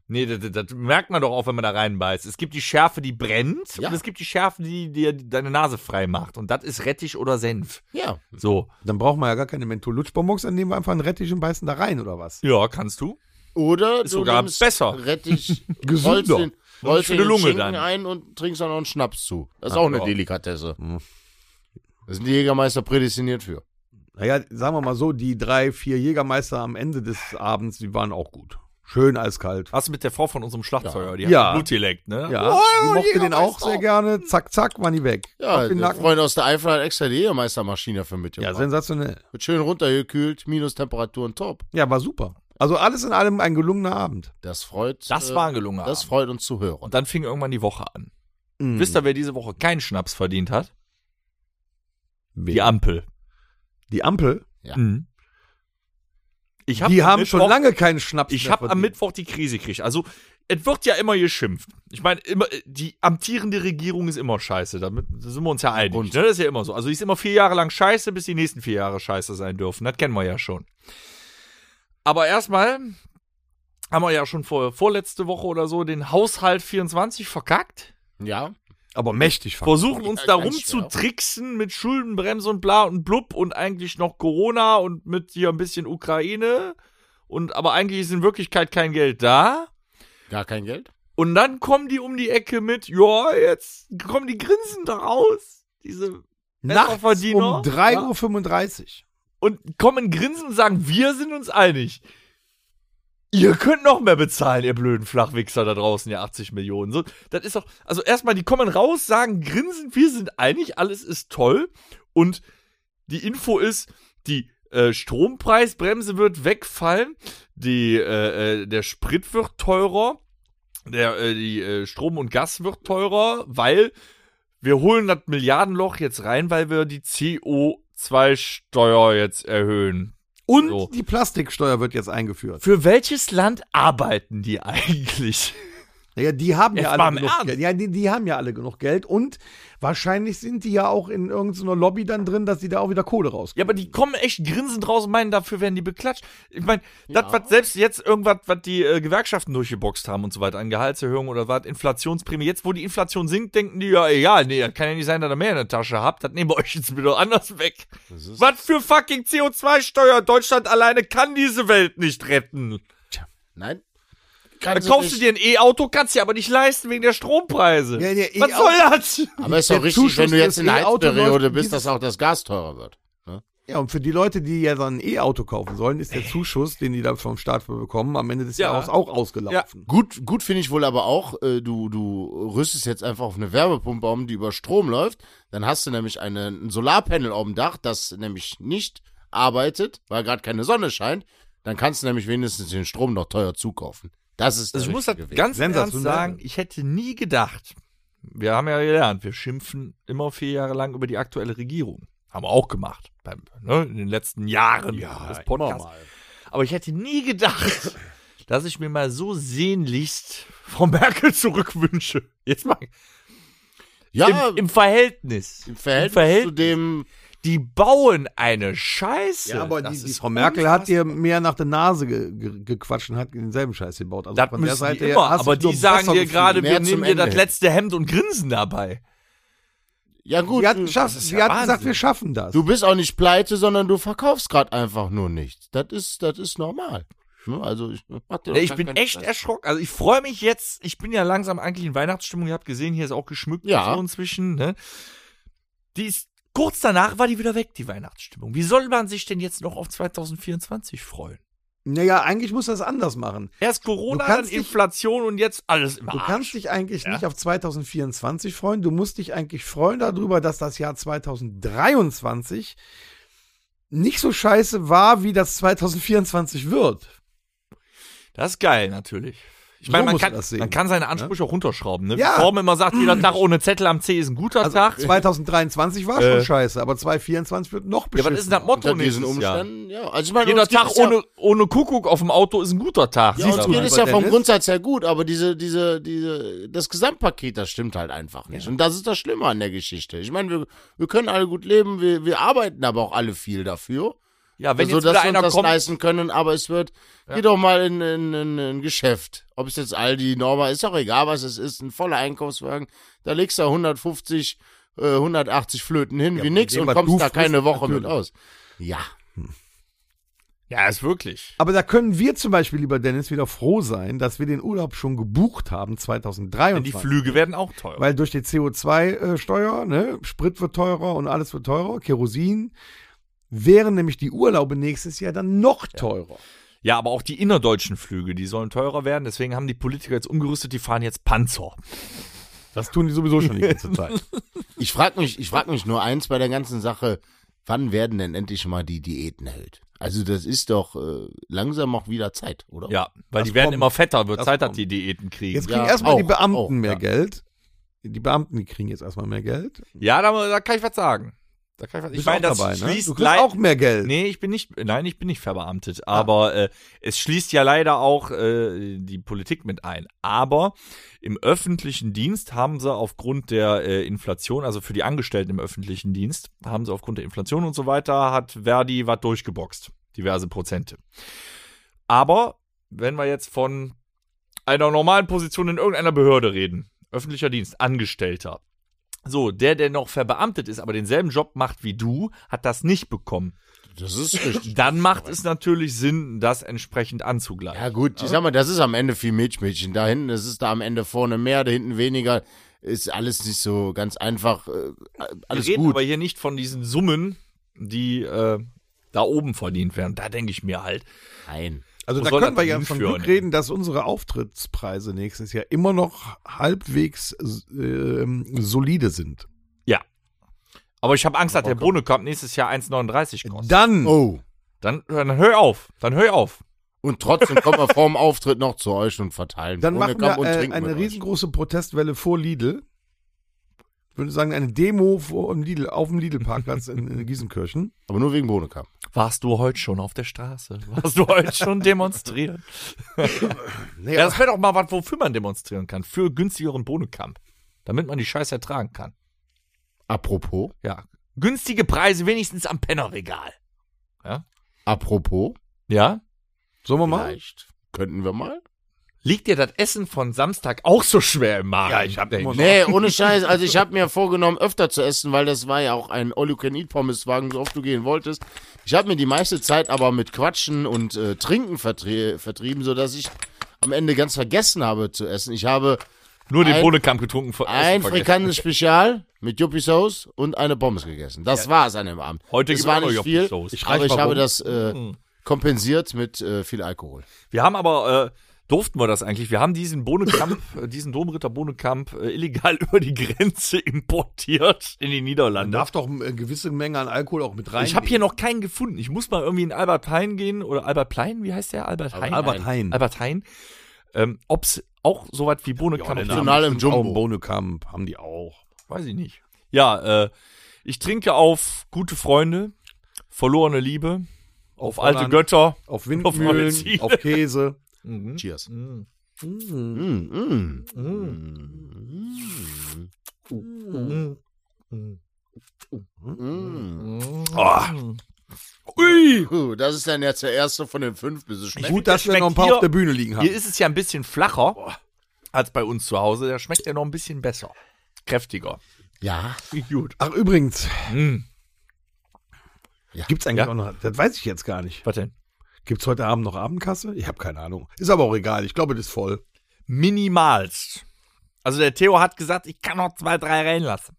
S4: Nee, das, das, das merkt man doch auch, wenn man da reinbeißt. Es gibt die Schärfe, die brennt,
S3: Ja.
S4: und es gibt die Schärfe, die dir deine Nase frei macht. Und das ist Rettich oder Senf.
S3: Ja.
S4: So.
S2: Dann brauchen wir ja gar keine Menthol-Lutschbonbons, dann nehmen wir einfach einen Rettich und beißen da rein, oder was?
S4: Ja, kannst du.
S3: Oder
S4: Ist
S3: du
S4: sogar
S3: nimmst
S4: besser.
S3: Rettich,
S2: Gesünder.
S3: rollst den, rollst
S4: für
S3: den
S4: die Lunge
S3: Schinken
S4: dann.
S3: ein und trinkst dann noch einen Schnaps zu. Das ist auch eine
S4: ja. Hm.
S3: Delikatesse. Da sind die Jägermeister prädestiniert für.
S2: Naja, sagen wir mal so, die drei, vier Jägermeister am Ende des Abends, die waren auch gut. Schön eiskalt.
S4: Hast du mit der Frau von unserem Schlagzeuger, die
S2: Ja.
S4: hat Blut geleckt, ne?
S2: Ja, die mochte den auch sehr gerne. Zack, zack, waren die weg.
S3: Ja,
S2: Auf den
S3: der
S2: Nacken.
S3: Freund aus der Eifel hat extra die Jägermeistermaschine für
S2: Ja,
S3: mitgebracht.
S2: sensationell.
S3: Wird schön runtergekühlt, Minustemperaturen top.
S2: Ja, war super. Also alles in allem ein gelungener Abend.
S3: Das freut.
S4: Das
S3: äh,
S4: war ein gelungener
S3: Das
S4: Abend.
S3: freut uns zu hören.
S4: Und dann fing irgendwann die Woche an.
S2: Hm.
S4: Wisst ihr, wer diese Woche keinen Schnaps verdient hat? Die Ampel.
S2: Hm, Die Ampel,
S3: Ja.
S4: Mhm. Ich hab
S2: die
S4: am
S2: haben
S4: Mittwoch-
S2: schon lange keinen Schnaps
S4: Ich
S2: mehr
S4: habe am
S2: verdient.
S4: Mittwoch die Krise gekriegt. Also, es wird ja immer geschimpft. Ich meine, immer die amtierende Regierung ist immer scheiße. Damit da sind wir uns ja einig.
S3: Und?
S4: Ne? Das ist ja immer so. Also, die ist immer vier Jahre lang scheiße, bis die nächsten vier Jahre scheiße sein dürfen. Das kennen wir ja schon. Aber erstmal haben wir ja schon vor, vorletzte Woche oder so den Haushalt 24 verkackt.
S3: Ja.
S2: Aber mächtig fand
S4: Versuchen uns da
S3: Ja, ganz schwer.
S4: rumzutricksen mit Schuldenbremse und bla und blub und eigentlich noch Corona und mit hier ein bisschen Ukraine. Und aber eigentlich ist in Wirklichkeit kein Geld da.
S3: Gar kein Geld?
S4: Und dann kommen die um die Ecke mit, ja, jetzt kommen die grinsend raus, diese
S2: ich. Nachts um
S4: Verdiener.
S2: 3.35 Uhr.
S4: und kommen grinsend und sagen, wir sind uns einig. Ihr könnt noch mehr bezahlen, ihr blöden Flachwichser da draußen, ihr 80 Millionen. So, das ist doch, also erstmal, die kommen raus, sagen grinsend, wir sind einig, alles ist toll. Und die Info ist, die äh, Strompreisbremse wird wegfallen, die, äh, äh, der Sprit wird teurer, der, äh, die, äh, Strom und Gas wird teurer, weil wir holen das Milliardenloch jetzt rein, weil wir die CO2-Steuer jetzt erhöhen.
S2: Und
S4: So.
S2: die Plastiksteuer wird jetzt eingeführt.
S4: Für welches Land arbeiten die eigentlich?
S2: Naja, die haben
S4: Jetzt
S2: ja
S4: mal
S2: alle
S4: im
S2: genug
S4: Ernst.
S2: Geld. Ja, die, die haben ja alle genug Geld und wahrscheinlich sind die ja auch in irgendeiner Lobby dann drin, dass die da auch wieder Kohle rauskriegen.
S4: Ja, aber die kommen echt grinsend raus und meinen, dafür werden die beklatscht. Ich meine, das, was selbst jetzt irgendwas, was die äh, Gewerkschaften durchgeboxt haben und so weiter, an Gehaltserhöhung oder was, Inflationsprämie, jetzt wo die Inflation sinkt, denken die, ja, egal, nee, das kann ja nicht sein, dass ihr mehr in der Tasche habt, das nehmen wir euch jetzt wieder anders weg. Was für fucking CO2-Steuer? Deutschland alleine kann diese Welt nicht retten.
S3: Nein.
S4: Dann
S3: Kannst
S2: Also
S4: kaufst du dir ein E-Auto, kannst dir aber nicht leisten wegen der Strompreise.
S2: Ja, der
S4: was
S2: E-Auto-
S4: soll das?
S3: Aber ist doch
S2: Der
S3: richtig,
S2: Zuschuss
S3: wenn du jetzt
S2: des
S3: in der
S2: E-Auto
S3: Heizperiode
S2: läuft
S3: bist,
S2: dieses-
S3: dass auch das Gas teurer wird.
S2: Ja, und für die Leute, die ja dann ein E-Auto kaufen sollen, ist der Zuschuss, den die da vom Staat für bekommen, am Ende des
S4: Ja.
S2: Jahres auch ausgelaufen.
S3: Gut, gut finde ich wohl aber auch, äh, du, du rüstest jetzt einfach auf eine Wärmepumpe um, die über Strom läuft. Dann hast du nämlich eine, ein Solarpanel auf dem Dach, das nämlich nicht arbeitet, weil gerade keine Sonne scheint. Dann kannst du nämlich wenigstens den Strom noch teuer zukaufen. Das ist der
S4: Also ich muss das
S3: richtige Weg.
S4: ganz ernst
S2: Sensationell.
S4: sagen, ich hätte nie gedacht, wir haben ja gelernt, wir schimpfen immer vier Jahre lang über die aktuelle Regierung. Haben wir auch gemacht, beim, ne, in den letzten Jahren des Podcasts. Aber ich hätte nie gedacht, dass ich mir mal so sehnlichst Frau Merkel zurückwünsche. Jetzt mal
S3: ja,
S4: im, im Verhältnis.
S3: im Verhältnis, zu dem
S4: Die bauen eine Scheiße.
S2: Ja, aber
S4: Das
S2: die, die
S4: ist
S2: Frau Merkel hat
S4: unfassbar.
S2: dir mehr nach der Nase ge ge gequatscht und hat denselben Scheiß gebaut. Also
S4: Das
S2: von der
S4: müssen
S2: Seite
S4: die
S2: her
S4: immer,
S2: hast du
S4: aber
S2: dich nur
S4: die sagen
S2: besser
S4: dir
S2: gefühlt.
S4: gerade, wir
S3: Mehr zum
S4: nehmen dir das
S3: Ende.
S4: letzte Hemd und grinsen dabei.
S3: Ja gut,
S2: Die hat,
S3: du,
S2: geschafft, die hat gesagt, wir schaffen das.
S3: du bist auch nicht pleite, sondern du verkaufst gerade einfach nur nichts. Das ist, das ist normal. Ne, Also ich mach dir
S4: Nee,
S3: doch
S4: ich
S3: gar
S4: bin
S3: keinen
S4: echt
S3: Stress.
S4: erschrocken. Also ich freue mich jetzt. Ich bin ja langsam eigentlich in Weihnachtsstimmung. Ihr habt gesehen, hier ist auch geschmückt
S3: Ja.
S4: und so inzwischen. Ne? Die ist kurz danach war die wieder weg, die Weihnachtsstimmung. Wie soll man sich denn jetzt noch auf 2024 freuen?
S2: Naja, eigentlich muss das anders machen.
S4: Erst Corona,
S2: Du
S4: dann
S2: kannst dich-
S4: Inflation und jetzt alles im
S2: Du
S4: Arsch.
S2: kannst dich eigentlich
S4: Ja.
S2: nicht auf 2024 freuen. Du musst dich eigentlich freuen darüber, dass das Jahr 2023 nicht so scheiße war, wie das 2024 wird.
S4: Das ist geil natürlich. Ich
S2: So
S4: meine, man,
S2: musst du
S4: kann,
S2: das sehen.
S4: man kann seine Ansprüche auch runterschrauben. Ne?
S2: Ja.
S4: Bevor man immer sagt, jeder Tag ohne Zettel am C ist ein guter
S2: Also
S4: Tag.
S2: 2023 war schon
S4: Äh.
S2: scheiße, aber 2024 wird noch
S4: Ja,
S2: beschissen.
S4: was ist denn das
S3: unter
S4: Motto
S3: diesen
S4: nächstes um Jahr?
S3: Umständen. Ja, also ich meine,
S4: Jeder
S3: uns geht
S4: Tag
S3: es ja-
S4: ohne, ohne Kuckuck auf dem Auto ist ein guter Tag.
S3: Ja,
S4: Siehst
S3: uns
S4: du
S3: geht
S4: mal.
S3: es ja vom
S2: Dennis?
S3: Grundsatz her gut, aber diese, diese, diese, das Gesamtpaket, das stimmt halt einfach nicht. Und das ist das Schlimme an der Geschichte. Ich meine, wir, wir können alle gut leben, wir, wir arbeiten aber auch alle viel dafür.
S4: ja, wenn
S3: also,
S4: jetzt wieder
S3: dass wir uns
S4: einer
S3: das
S4: kommt,
S3: leisten können, aber es wird, geh doch mal in, in, in, in ein Geschäft. Ob es jetzt Aldi, Norma, ist doch egal, was es ist, ein voller Einkaufswagen, da legst du 150, äh, 180 Flöten hin wie
S2: bei
S3: nix
S2: dem,
S3: und
S2: was
S3: kommst
S2: du
S3: da keine
S2: frisst,
S3: Woche mit
S2: natürlich.
S3: aus. Ja.
S4: Ja, ist wirklich.
S2: Aber da können wir zum Beispiel, lieber Dennis, wieder froh sein, dass wir den Urlaub schon gebucht haben
S4: Denn die
S2: 2023.
S4: Flüge werden auch teuer.
S2: weil durch die CO2-Steuer, ne, Sprit wird teurer und alles wird teurer, Kerosin, wären nämlich die Urlaube nächstes Jahr dann noch teurer.
S4: ja, aber auch die innerdeutschen Flüge, die sollen teurer werden. Deswegen haben die Politiker jetzt umgerüstet, die fahren jetzt Panzer.
S2: Das tun die sowieso schon die ganze Zeit.
S3: Ich frage mich, ich frag mich nur eins bei der ganzen Sache, wann werden denn endlich mal die Diäten hält? Also das ist doch äh, langsam auch wieder Zeit, oder?
S4: Ja, weil
S2: Das
S4: die werden
S2: kommt.
S4: immer fetter, wird
S2: Das
S4: Zeit, dass
S2: kommt.
S4: die Diäten kriegen.
S2: Jetzt
S3: Ja,
S2: kriegen erstmal die
S3: auch,
S2: Beamten
S3: auch,
S2: mehr
S3: ja.
S2: Geld. Die Beamten, die kriegen jetzt erstmal mehr Geld.
S4: ja, da, da kann ich was sagen. Da kann ich was, ich
S2: Bist
S4: meine,
S2: auch
S4: das
S2: dabei, ne?
S4: schließt
S2: Du kriegst
S4: leider.
S2: auch mehr Geld.
S4: Nee, ich bin nicht, nein, ich bin nicht verbeamtet, aber äh, es schließt ja leider auch äh, die Politik mit ein. Aber im öffentlichen Dienst haben sie aufgrund der äh, Inflation, also für die Angestellten im öffentlichen Dienst, haben sie aufgrund der Inflation und so weiter, hat Verdi was durchgeboxt, diverse Prozente. Aber wenn wir jetzt von einer normalen Position in irgendeiner Behörde reden, öffentlicher Dienst, Angestellter. So, der, der noch verbeamtet ist, aber denselben Job macht wie du, hat das nicht bekommen
S3: Das ist richtig.
S4: dann macht es natürlich Sinn, das entsprechend anzugleichen.
S3: Ja gut, ich sag mal, das ist am Ende viel Milchmädchen. Da hinten, das ist da am Ende vorne mehr, da hinten weniger. Ist alles nicht so ganz einfach. Äh, alles
S4: Wir reden
S3: gut.
S4: aber hier nicht von diesen Summen, die äh, da oben verdient werden. Da denke ich mir halt,
S3: Nein.
S2: Also
S4: Wo
S2: da
S4: soll
S2: können
S4: das
S2: wir ja von
S4: hinführen?
S2: Glück reden, dass unsere Auftrittspreise nächstes Jahr immer noch halbwegs ähm, solide sind.
S4: ja. Aber ich habe Angst, dass der Bohnekamp nächstes Jahr 1,39 kostet.
S2: Dann
S3: Oh.
S4: Dann, dann hör auf, dann hör auf.
S3: Und trotzdem kommen wir vor dem Auftritt noch zu euch und verteilen.
S2: Dann
S3: Ohne
S2: machen wir
S3: Kamm und
S2: äh,
S3: trinken
S2: eine
S3: mit euch.
S2: riesengroße Protestwelle vor Lidl. würde sagen, eine Demo vor dem Lidl, auf dem Lidl-Parkplatz in, in Giesenkirchen.
S3: Aber nur wegen Bonekamp.
S4: Warst du heute schon auf der Straße? Warst du heute schon demonstrieren?
S2: Nee,
S4: Ja, das wäre doch mal was, wofür man demonstrieren kann. Für günstigeren Bohnenkamp. Damit man die Scheiße ertragen kann.
S3: Apropos,
S4: Ja. Günstige Preise wenigstens am Pennerregal.
S3: apropos,
S4: Ja?
S2: Sollen wir mal?
S3: vielleicht könnten wir mal.
S4: Liegt dir das Essen von Samstag auch so schwer im Magen?
S2: Ja, ich hab immer noch-
S3: Nee, ohne Scheiß. Also ich habe mir vorgenommen, öfter zu essen, weil das war ja auch ein All-You-Can-Eat-Pommes-Wagen, so oft du gehen wolltest. Ich habe mir die meiste Zeit aber mit Quatschen und äh, Trinken vertrie vertrieben, sodass ich am Ende ganz vergessen habe zu essen. Ich habe
S4: Nur den
S3: Ein-
S4: Bohnenkamp getrunken vor
S3: ein
S4: Essen vergessen.
S3: frikantes Spezial mit Yuppie Sauce und eine Pommes gegessen. Das war's an dem Abend.
S4: Heute
S3: das
S4: gibt's
S3: war
S4: auch noch
S3: nicht
S4: Yuppie
S3: viel,
S4: Sauce.
S2: Ich reich
S3: aber ich
S2: mal
S3: habe
S2: rum.
S3: das äh,
S4: Hm.
S3: kompensiert mit äh, viel Alkohol.
S4: Wir haben aber, äh, durften wir das eigentlich? Wir haben diesen Bohnenkamp, äh, diesen Domritter Bohnenkamp äh, illegal über die Grenze importiert in die
S2: Man
S4: Niederlande.
S2: darf doch eine gewisse Menge an Alkohol auch mit rein.
S4: Ich habe hier noch keinen gefunden. Ich muss mal irgendwie in Albert Heijn gehen oder Albert Plein, wie heißt der? Albert Heijn.
S2: Albert Heijn.
S4: Albert Heijn. Ähm, ob's auch so was wie Bohnenkamp gibt.
S3: Namen. Personal im Jumbo.
S2: Auch im Bonekamp haben die auch.
S4: Weiß ich nicht. Ja, äh, ich trinke auf gute Freunde, verlorene Liebe, auf, alte
S2: Holland.
S4: Götter.
S2: Auf
S4: meine
S2: Windmühlen,
S4: Ziele.
S2: auf, Käse.
S3: Cheers.
S2: Mhm.
S3: Mm, mm.
S4: Mm.
S2: Ah,
S4: Ui!
S3: Puh, das ist dann jetzt der erste von den fünf, bis es schmeckt.
S2: Gut, dass
S4: der
S2: wir noch ein
S4: schmeckt
S2: paar
S4: hier-
S2: auf der Bühne liegen
S4: Hier
S2: haben.
S4: ist es ja ein bisschen flacher als bei uns zu Hause. Da schmeckt er noch ein bisschen besser. Kräftiger.
S3: Ja,
S4: Gut.
S2: Ach, übrigens,
S4: Mm.
S2: Mhm. gibt's eigentlich
S4: Ja.
S2: auch noch, das weiß ich jetzt gar nicht.
S4: Was denn?
S2: Gibt's heute Abend noch Abendkasse? Ich habe keine Ahnung. Ist aber auch egal, ich glaube, das ist voll.
S4: Minimalst. Also der Theo hat gesagt, ich kann noch zwei, drei reinlassen.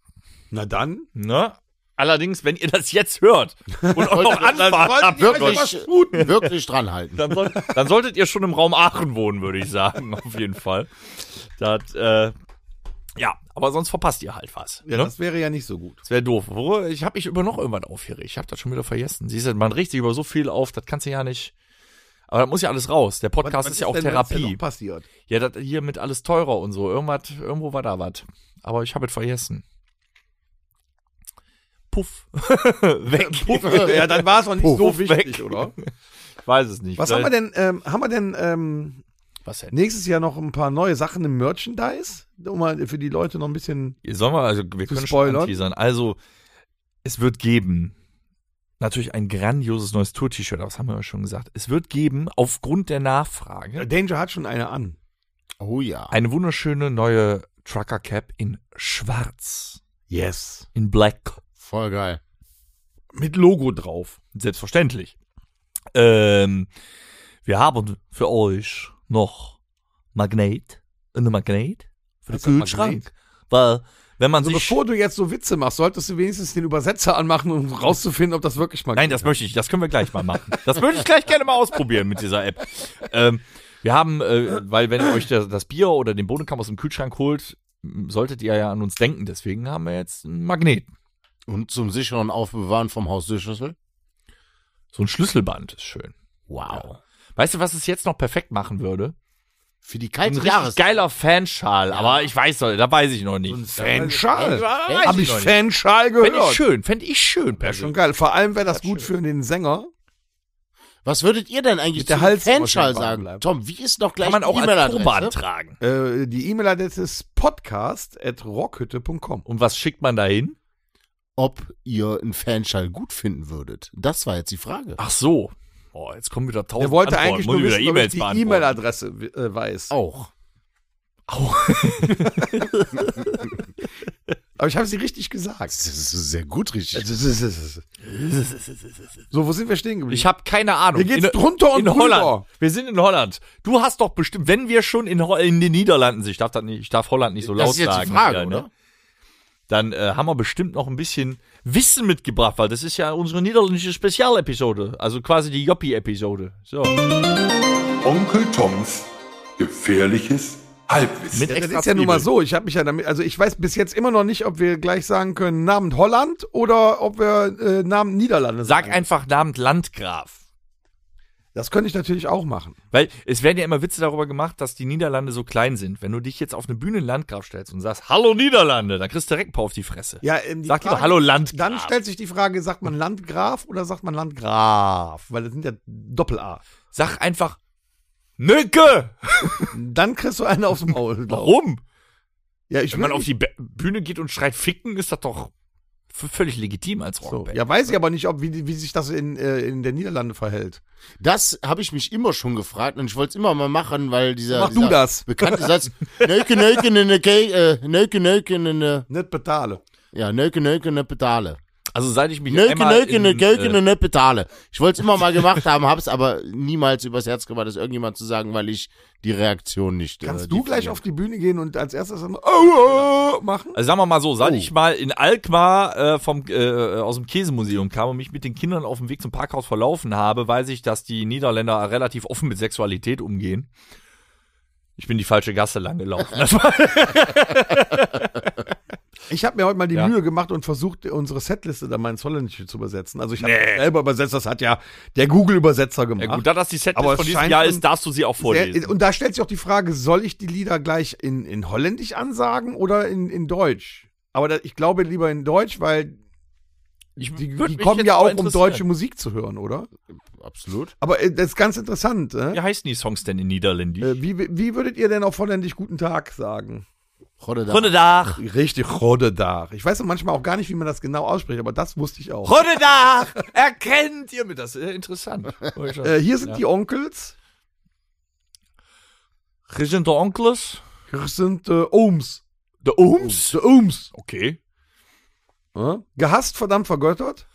S2: Na dann.
S4: Ne? Allerdings, wenn ihr das jetzt hört und auch noch anfahrt, habt,
S3: wirklich, wirklich dranhalten.
S4: dann, soll, dann solltet ihr schon im Raum Aachen wohnen, würde ich sagen, auf jeden Fall. Das, äh, ja, aber sonst verpasst ihr halt was.
S2: Ja,
S4: ne?
S2: das wäre ja nicht so gut.
S4: Das wäre doof. Worüber- Ich habe mich über noch irgendwann aufgeregt. Ich habe das schon wieder vergessen. Siehst du, man regt sich über so viel auf, das kannst du ja nicht. Aber das muss ja alles raus. Der Podcast ist ja auch
S2: denn, wenn's denn
S4: Therapie.
S2: noch passiert.
S4: Ja, das hier mit alles teurer und so. Irgendwas, irgendwo war da was. Aber ich habe es vergessen. Puff. weg.
S2: ja, dann war es auch nicht so
S4: Puff, weg.
S2: wichtig, oder?
S4: Ich weiß es nicht.
S2: Was haben wir denn? Ähm, haben wir denn ähm,
S4: Was denn?
S2: nächstes Jahr noch ein paar neue Sachen im Merchandise? Um mal für die Leute noch ein bisschen.
S4: Sollen wir, also wir
S2: Zu
S4: können schon
S2: spoilern?
S4: anteasern. Also, es wird geben, natürlich ein grandioses neues Tour-T-Shirt, aber das haben wir ja schon gesagt. Es wird geben, aufgrund der Nachfrage,
S2: Danger hat schon eine an.
S3: Oh ja.
S4: eine wunderschöne neue Trucker-Cap in schwarz,
S2: Yes.
S4: in black.
S3: Voll geil.
S2: Mit Logo drauf.
S4: Selbstverständlich. Ähm, wir haben für euch noch Magnet, eine Magnet für den
S2: Was ist ein
S4: Kühlschrank. Weil, wenn man
S2: Also
S4: sich...
S2: bevor du jetzt so Witze machst, solltest du wenigstens den Übersetzer anmachen, um rauszufinden, ob das wirklich mal
S4: Nein, das möchte ich. Das können wir gleich mal machen. Das würde ich gleich gerne mal ausprobieren mit dieser App. Ähm, wir haben, äh, weil wenn ihr euch das, das Bier oder den Bohnenkamm aus dem Kühlschrank holt, m, solltet ihr ja an uns denken. Deswegen haben wir jetzt einen Magneten.
S3: Und zum sicheren Aufbewahren vom Haustürschlüssel?
S4: So ein Schlüsselband ist schön.
S3: Wow.
S4: Weißt du, was es jetzt noch perfekt machen würde?
S3: Für die
S4: Ein
S3: kalte
S4: richtig
S3: Jahreszeit.
S4: geiler Fanschal. Aber ich weiß, doch- da weiß ich noch nicht.
S2: Fanschall.
S4: Weiß
S2: Hab ich
S4: noch nicht.
S2: Fanschall
S4: Fänd ich
S2: gehört.
S4: schön. Fänd ich schön.
S2: Ja,
S4: persönlich.
S2: schon geil. Vor allem wäre das gut für den Sänger.
S3: Was würdet ihr denn eigentlich
S2: Mit der
S3: zu
S2: Hals-
S3: Fanschall
S2: muss man
S3: sagen?
S2: bleiben.
S3: Tom, wie ist noch gleich
S4: Kann man
S3: die
S4: auch als Turban
S3: E-Mail-Adresse?
S4: tragen.
S2: Äh, die E-Mail-Adresse ist podcast.rockhütte.com.
S4: Und was schickt man da hin?
S3: Ob ihr einen Fanschall gut finden würdet? Das war jetzt die Frage.
S4: Ach so. Oh, jetzt kommen wieder tausend
S2: Er wollte
S4: Antworten.
S2: eigentlich
S4: Muss
S2: nur
S4: ich wieder
S2: wissen, ob ich
S4: E-Mails
S2: die
S4: beantworten. Oh.
S2: E-Mail-Adresse äh, weiß.
S3: Auch.
S2: Aber ich habe sie richtig gesagt.
S3: Das ist sehr gut richtig.
S4: Also,
S2: So, wo sind wir stehen geblieben?
S4: Ich habe keine Ahnung.
S2: Hier geht's
S4: in,
S2: drunter und
S4: in
S2: drüber.
S4: Holland. Wir sind in Holland. Du hast doch bestimmt, wenn wir schon in, Ho- in den Niederlanden sind, ich darf, das nicht, ich darf Holland nicht so laut
S3: das ist jetzt
S4: sagen.
S3: die Frage,
S4: ja, ne?
S3: oder?
S4: Dann äh, haben wir bestimmt noch ein bisschen Wissen mitgebracht, weil das ist ja unsere niederländische Spezialepisode. Also quasi die Joppi-Episode. So.
S1: Onkel Toms gefährliches Halbwissen.
S4: Mit
S2: Ja, das
S4: extra
S2: ist ja nun mal
S4: Zwiebeln.
S2: so. Ich habe mich ja damit, also ich weiß bis jetzt immer noch nicht, ob wir gleich sagen können Namen Holland oder ob wir äh, Namen Niederlande
S4: Sag
S2: sagen.
S4: einfach Namen Landgraf.
S2: Das könnte ich natürlich auch machen.
S4: Weil es werden ja immer Witze darüber gemacht, dass die Niederlande so klein sind. Wenn du dich jetzt auf eine Bühne in Landgraf stellst und sagst, Hallo Niederlande, dann kriegst du direkt ein paar auf die Fresse.
S2: Ja, ähm, die
S4: Sag
S2: Frage-
S4: lieber Hallo Landgraf.
S2: Dann stellt sich die Frage, sagt man Landgraf oder sagt man Landgraf? Weil das sind ja Doppel-A.
S4: Sag einfach Nöke!
S2: Dann kriegst du einen aufs Maul. glaub ich.
S4: Warum?
S2: Ja, ich
S4: Wenn man
S2: will
S4: auf die Be- Bühne geht und schreit Ficken, ist das doch v- völlig legitim als
S2: nicht so.
S4: Rockband.
S2: Ja, weiß ich aber nicht, ob, wie, die- wie sich das in, äh, in der Niederlande verhält.
S3: Das habe ich mich immer schon gefragt und ich wollte es immer mal machen, weil dieser,
S2: Mach du
S3: dieser
S2: das.
S3: bekannte Satz Nöke, Nöke, ne, ne, Ke- äh, Nöke, Nöke, ne, ne,
S2: Nicht betale.
S3: ja, Nöke, Nöke, ne, Pedale.
S4: Also seit ich mich
S3: Nöke,
S4: einmal
S3: Nöke,
S4: in,
S3: ne, Nöke,
S4: äh,
S3: ne, ne, Pedale. Ich wollte es immer mal gemacht haben, habe es aber niemals übers Herz gebracht, das irgendjemand zu sagen, weil ich die Reaktion nicht.
S2: Kannst
S3: äh, die
S2: du gleich
S3: von-
S2: auf die Bühne gehen und als erstes immer oh, oh, machen?
S4: also sagen wir mal so,
S2: Oh.
S4: seit ich mal in Alkmaar äh, vom, äh, aus dem Käsemuseum kam und mich mit den Kindern auf dem Weg zum Parkhaus verlaufen habe, weiß ich, dass die Niederländer relativ offen mit Sexualität umgehen. Ich bin die falsche Gasse lang gelaufen. Das war
S2: Ich habe mir heute mal die
S4: Ja.
S2: Mühe gemacht und versucht, unsere Setliste dann mal ins Holländische zu übersetzen. Also ich habe selber übersetzt, das hat ja der Google-Übersetzer gemacht.
S4: ja, gut, da das die
S2: Aber
S4: Setlist
S2: es
S4: von diesem
S2: scheint
S4: Jahr
S2: ein
S4: ist, darfst du sie auch vorlesen.
S2: Sehr, und da stellt sich auch die Frage, soll ich die Lieder gleich in, in Holländisch ansagen oder in, in Deutsch? Aber da, ich glaube lieber in Deutsch, weil
S4: Ich
S2: die,
S4: würd
S2: die
S4: mich
S2: kommen
S4: jetzt
S2: ja
S4: mal
S2: auch, um
S4: interessieren.
S2: deutsche Musik zu hören, oder?
S3: Absolut.
S2: Aber äh, das ist ganz interessant. Ne?
S4: Wie heißen die Songs denn in Niederländisch?
S2: Äh, wie, wie würdet ihr denn auf Holländisch guten Tag sagen?
S3: Rodde
S2: Äh,
S3: da.
S4: Goedendag!
S2: Richtig, Rodedach. Ich weiß ja manchmal auch gar nicht, wie man das genau ausspricht, aber das wusste ich auch.
S4: Goedendag! Erkennt ihr mir das? Äh, interessant.
S2: Äh, hier sind die Onkels,
S4: Regente Onkels?
S2: hier sind äh, Ohms.
S4: De Ooms?
S2: Die Ohms.
S4: Okay.
S2: Ja? Gehasst, verdammt, vergöttert.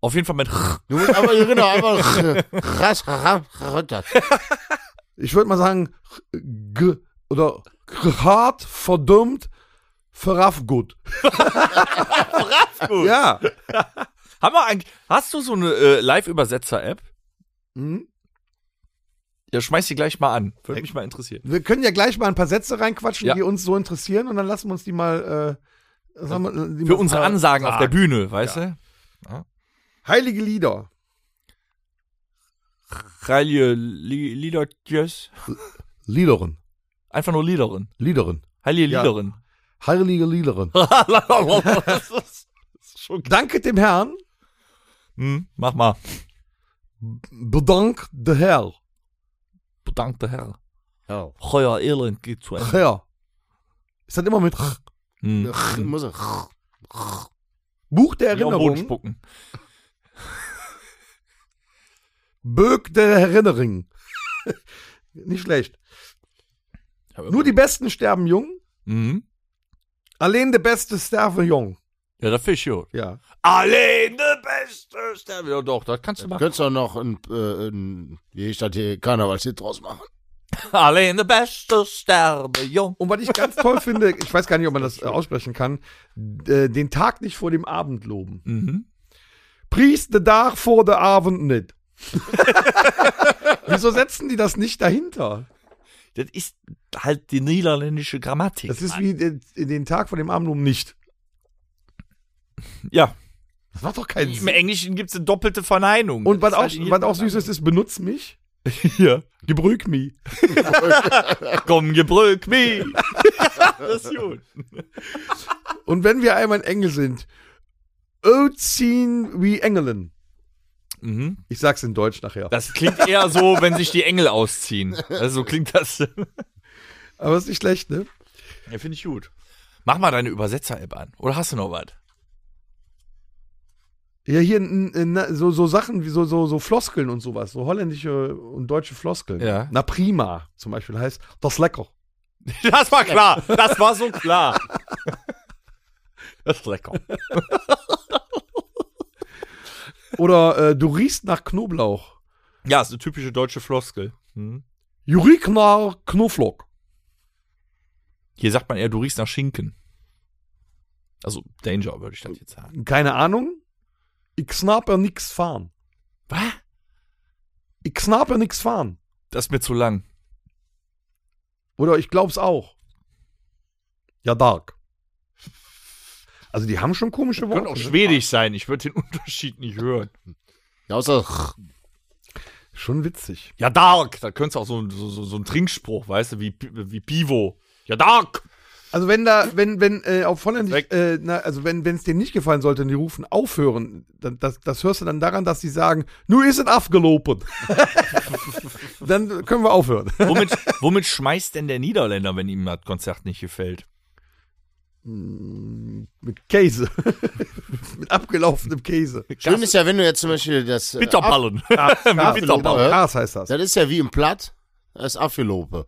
S4: Auf jeden Fall mit
S3: Du musst aber erinnern, einfach ras, ras, ras,
S2: ich würde mal sagen, g oder hart, verdummt, verraff gut.
S4: Gut.
S2: Ja.
S4: Haben wir eigentlich, hast du so eine äh, Live-Übersetzer-App?
S2: Hm?
S4: Ja, schmeiß die gleich mal an. Würde mich mal interessieren.
S2: Wir können ja gleich mal ein paar Sätze reinquatschen,
S4: Ja.
S2: die uns so interessieren und dann lassen wir uns die mal. Äh, sagen wir, die
S4: Für
S2: mal-
S4: unsere
S2: äh,
S4: Ansagen auf
S2: sagen.
S4: der Bühne, weißt du?
S2: Heilige Lieder.
S4: Heilige Li- Liedertjes.
S2: Liederin.
S4: Einfach nur Liederin.
S2: Liederin.
S4: Heilige
S2: Ja.
S4: Liederin.
S2: Heilige Liederin.
S4: das ist, das ist schon
S2: Danke dem Herrn.
S4: hm, mach mal.
S2: Bedank de Herr.
S4: Bedankte Herr.
S3: ras.
S4: Heuer Elend geht zu Ende.
S2: Herr. Ist das immer mit Ch?
S4: Hm.
S3: Muss er.
S2: Buch der
S4: Wie auf den Boden
S2: Erinnerung?
S4: spucken.
S2: Bög der Erinnerung. Nicht schlecht. Nur die Besten sterben jung.
S4: Mhm.
S2: Alleen de beste sterven jong.
S4: Ja, das finde ich gut.
S2: Ja.
S4: Allein der Beste sterben. Ja, doch, das kannst du machen.
S3: Könntest du auch noch ein, äh, ein wie ich das hier Karnevalshit draus machen?
S4: Allein der Beste sterbe, jung.
S2: Und was ich ganz toll finde, ich weiß gar nicht, ob man das äh, aussprechen kann, d- äh, den Tag nicht vor dem Abend loben.
S4: Mhm.
S2: Pries de Tag vor der Abend nicht. Wieso setzen die das nicht dahinter?
S4: Das ist halt die niederländische Grammatik.
S2: Das ist wie den, den Tag vor dem Abend loben nicht.
S4: ja.
S2: Das macht doch keinen
S4: Im
S2: Sinn.
S4: Englischen gibt es eine doppelte Verneinung.
S2: Und was
S4: Das
S2: auch,
S4: ist halt
S2: was auch süß ist, ist benutzt mich.
S4: hier.
S2: Gebrüg mich.
S4: Komm, gebrück mich. das ist gut.
S2: Und wenn wir einmal in Engel sind, Oziehen wie Engelen.
S4: Mhm.
S2: Ich sag's in Deutsch nachher.
S4: Das klingt eher so, wenn sich die Engel ausziehen. Also so klingt das. ja,
S2: Aber ist nicht schlecht, ne?
S4: finde ich gut. Mach mal deine Übersetzer-App an. Oder hast du noch was?
S2: Ja, hier n, n, na, so, so Sachen wie so, so, so Floskeln und sowas, so holländische und deutsche Floskeln.
S4: Ja.
S2: Na prima zum Beispiel heißt das lecker.
S4: Das war klar. Das war so klar. Das ist lecker.
S2: Oder äh, du riechst nach Knoblauch.
S4: Ja, ist eine typische deutsche Floskel. Mhm.
S2: Jurik nach Knoflock.
S4: Hier sagt man eher, du riechst nach Schinken. Also Danger würde ich das jetzt sagen.
S2: Keine Ahnung. Ich schnapp ja nix fahren.
S4: Was?
S2: Ich schnapp ja nix fahren.
S4: Das ist mir zu lang.
S2: Oder ich glaub's auch. Ja, dark. Also die haben schon komische
S4: Oh,
S2: Worte. ne?
S4: Könnte auch schwedisch sein. Ich würde den Unterschied nicht hören.
S3: Ja, außer
S2: Schon witzig.
S4: Ja, Dark. Da könntest du auch so, ein- so, so, so ein Trinkspruch, weißt du, wie, Pi- wie Pivo. Ja, Dark.
S2: Also wenn da, wenn, wenn äh, auf Holländisch,
S4: Weg.
S2: äh, na, also wenn es denen nicht gefallen sollte und die rufen aufhören, dann, das, das hörst du dann daran, dass sie sagen, nu ist es abgelopen. dann können wir aufhören.
S4: Womit, womit schmeißt denn der Niederländer, wenn ihm das Konzert nicht gefällt?
S2: Mit Käse. Mit abgelaufenem Käse.
S3: Schön ist ja, wenn du jetzt zum Beispiel das. äh, Apf-
S4: Bitterballen. Mit Bitterballen.
S3: oder?
S2: Gras heißt das.
S3: Das ist ja wie im Platt, das Affilope.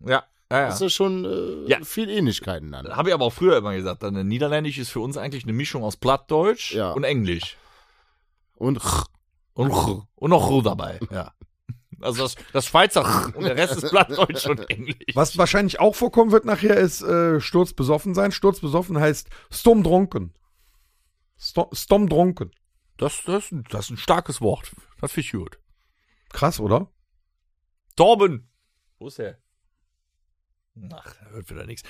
S4: Ja, ja,
S3: Das
S4: ja.
S3: ist schon äh,
S4: Ja.
S3: viel Ähnlichkeiten dann.
S4: Habe ich aber auch früher immer gesagt. Dann, äh, Niederländisch ist für uns eigentlich eine Mischung aus Plattdeutsch
S3: Ja.
S4: und Englisch.
S3: Und
S4: Und, R- und noch R dabei. Ja. Also das, das Schweizer R und der Rest ist Plattdeutsch und Englisch.
S2: Was wahrscheinlich auch vorkommen wird nachher, ist äh, sturzbesoffen sein. Sturzbesoffen heißt stomdronken. Sto- Stomdronken.
S4: Das, das, das ist ein starkes Wort. Das finde ich gut.
S2: Krass, oder?
S4: Torben! Wo ist er? Ach, da hört wieder nichts.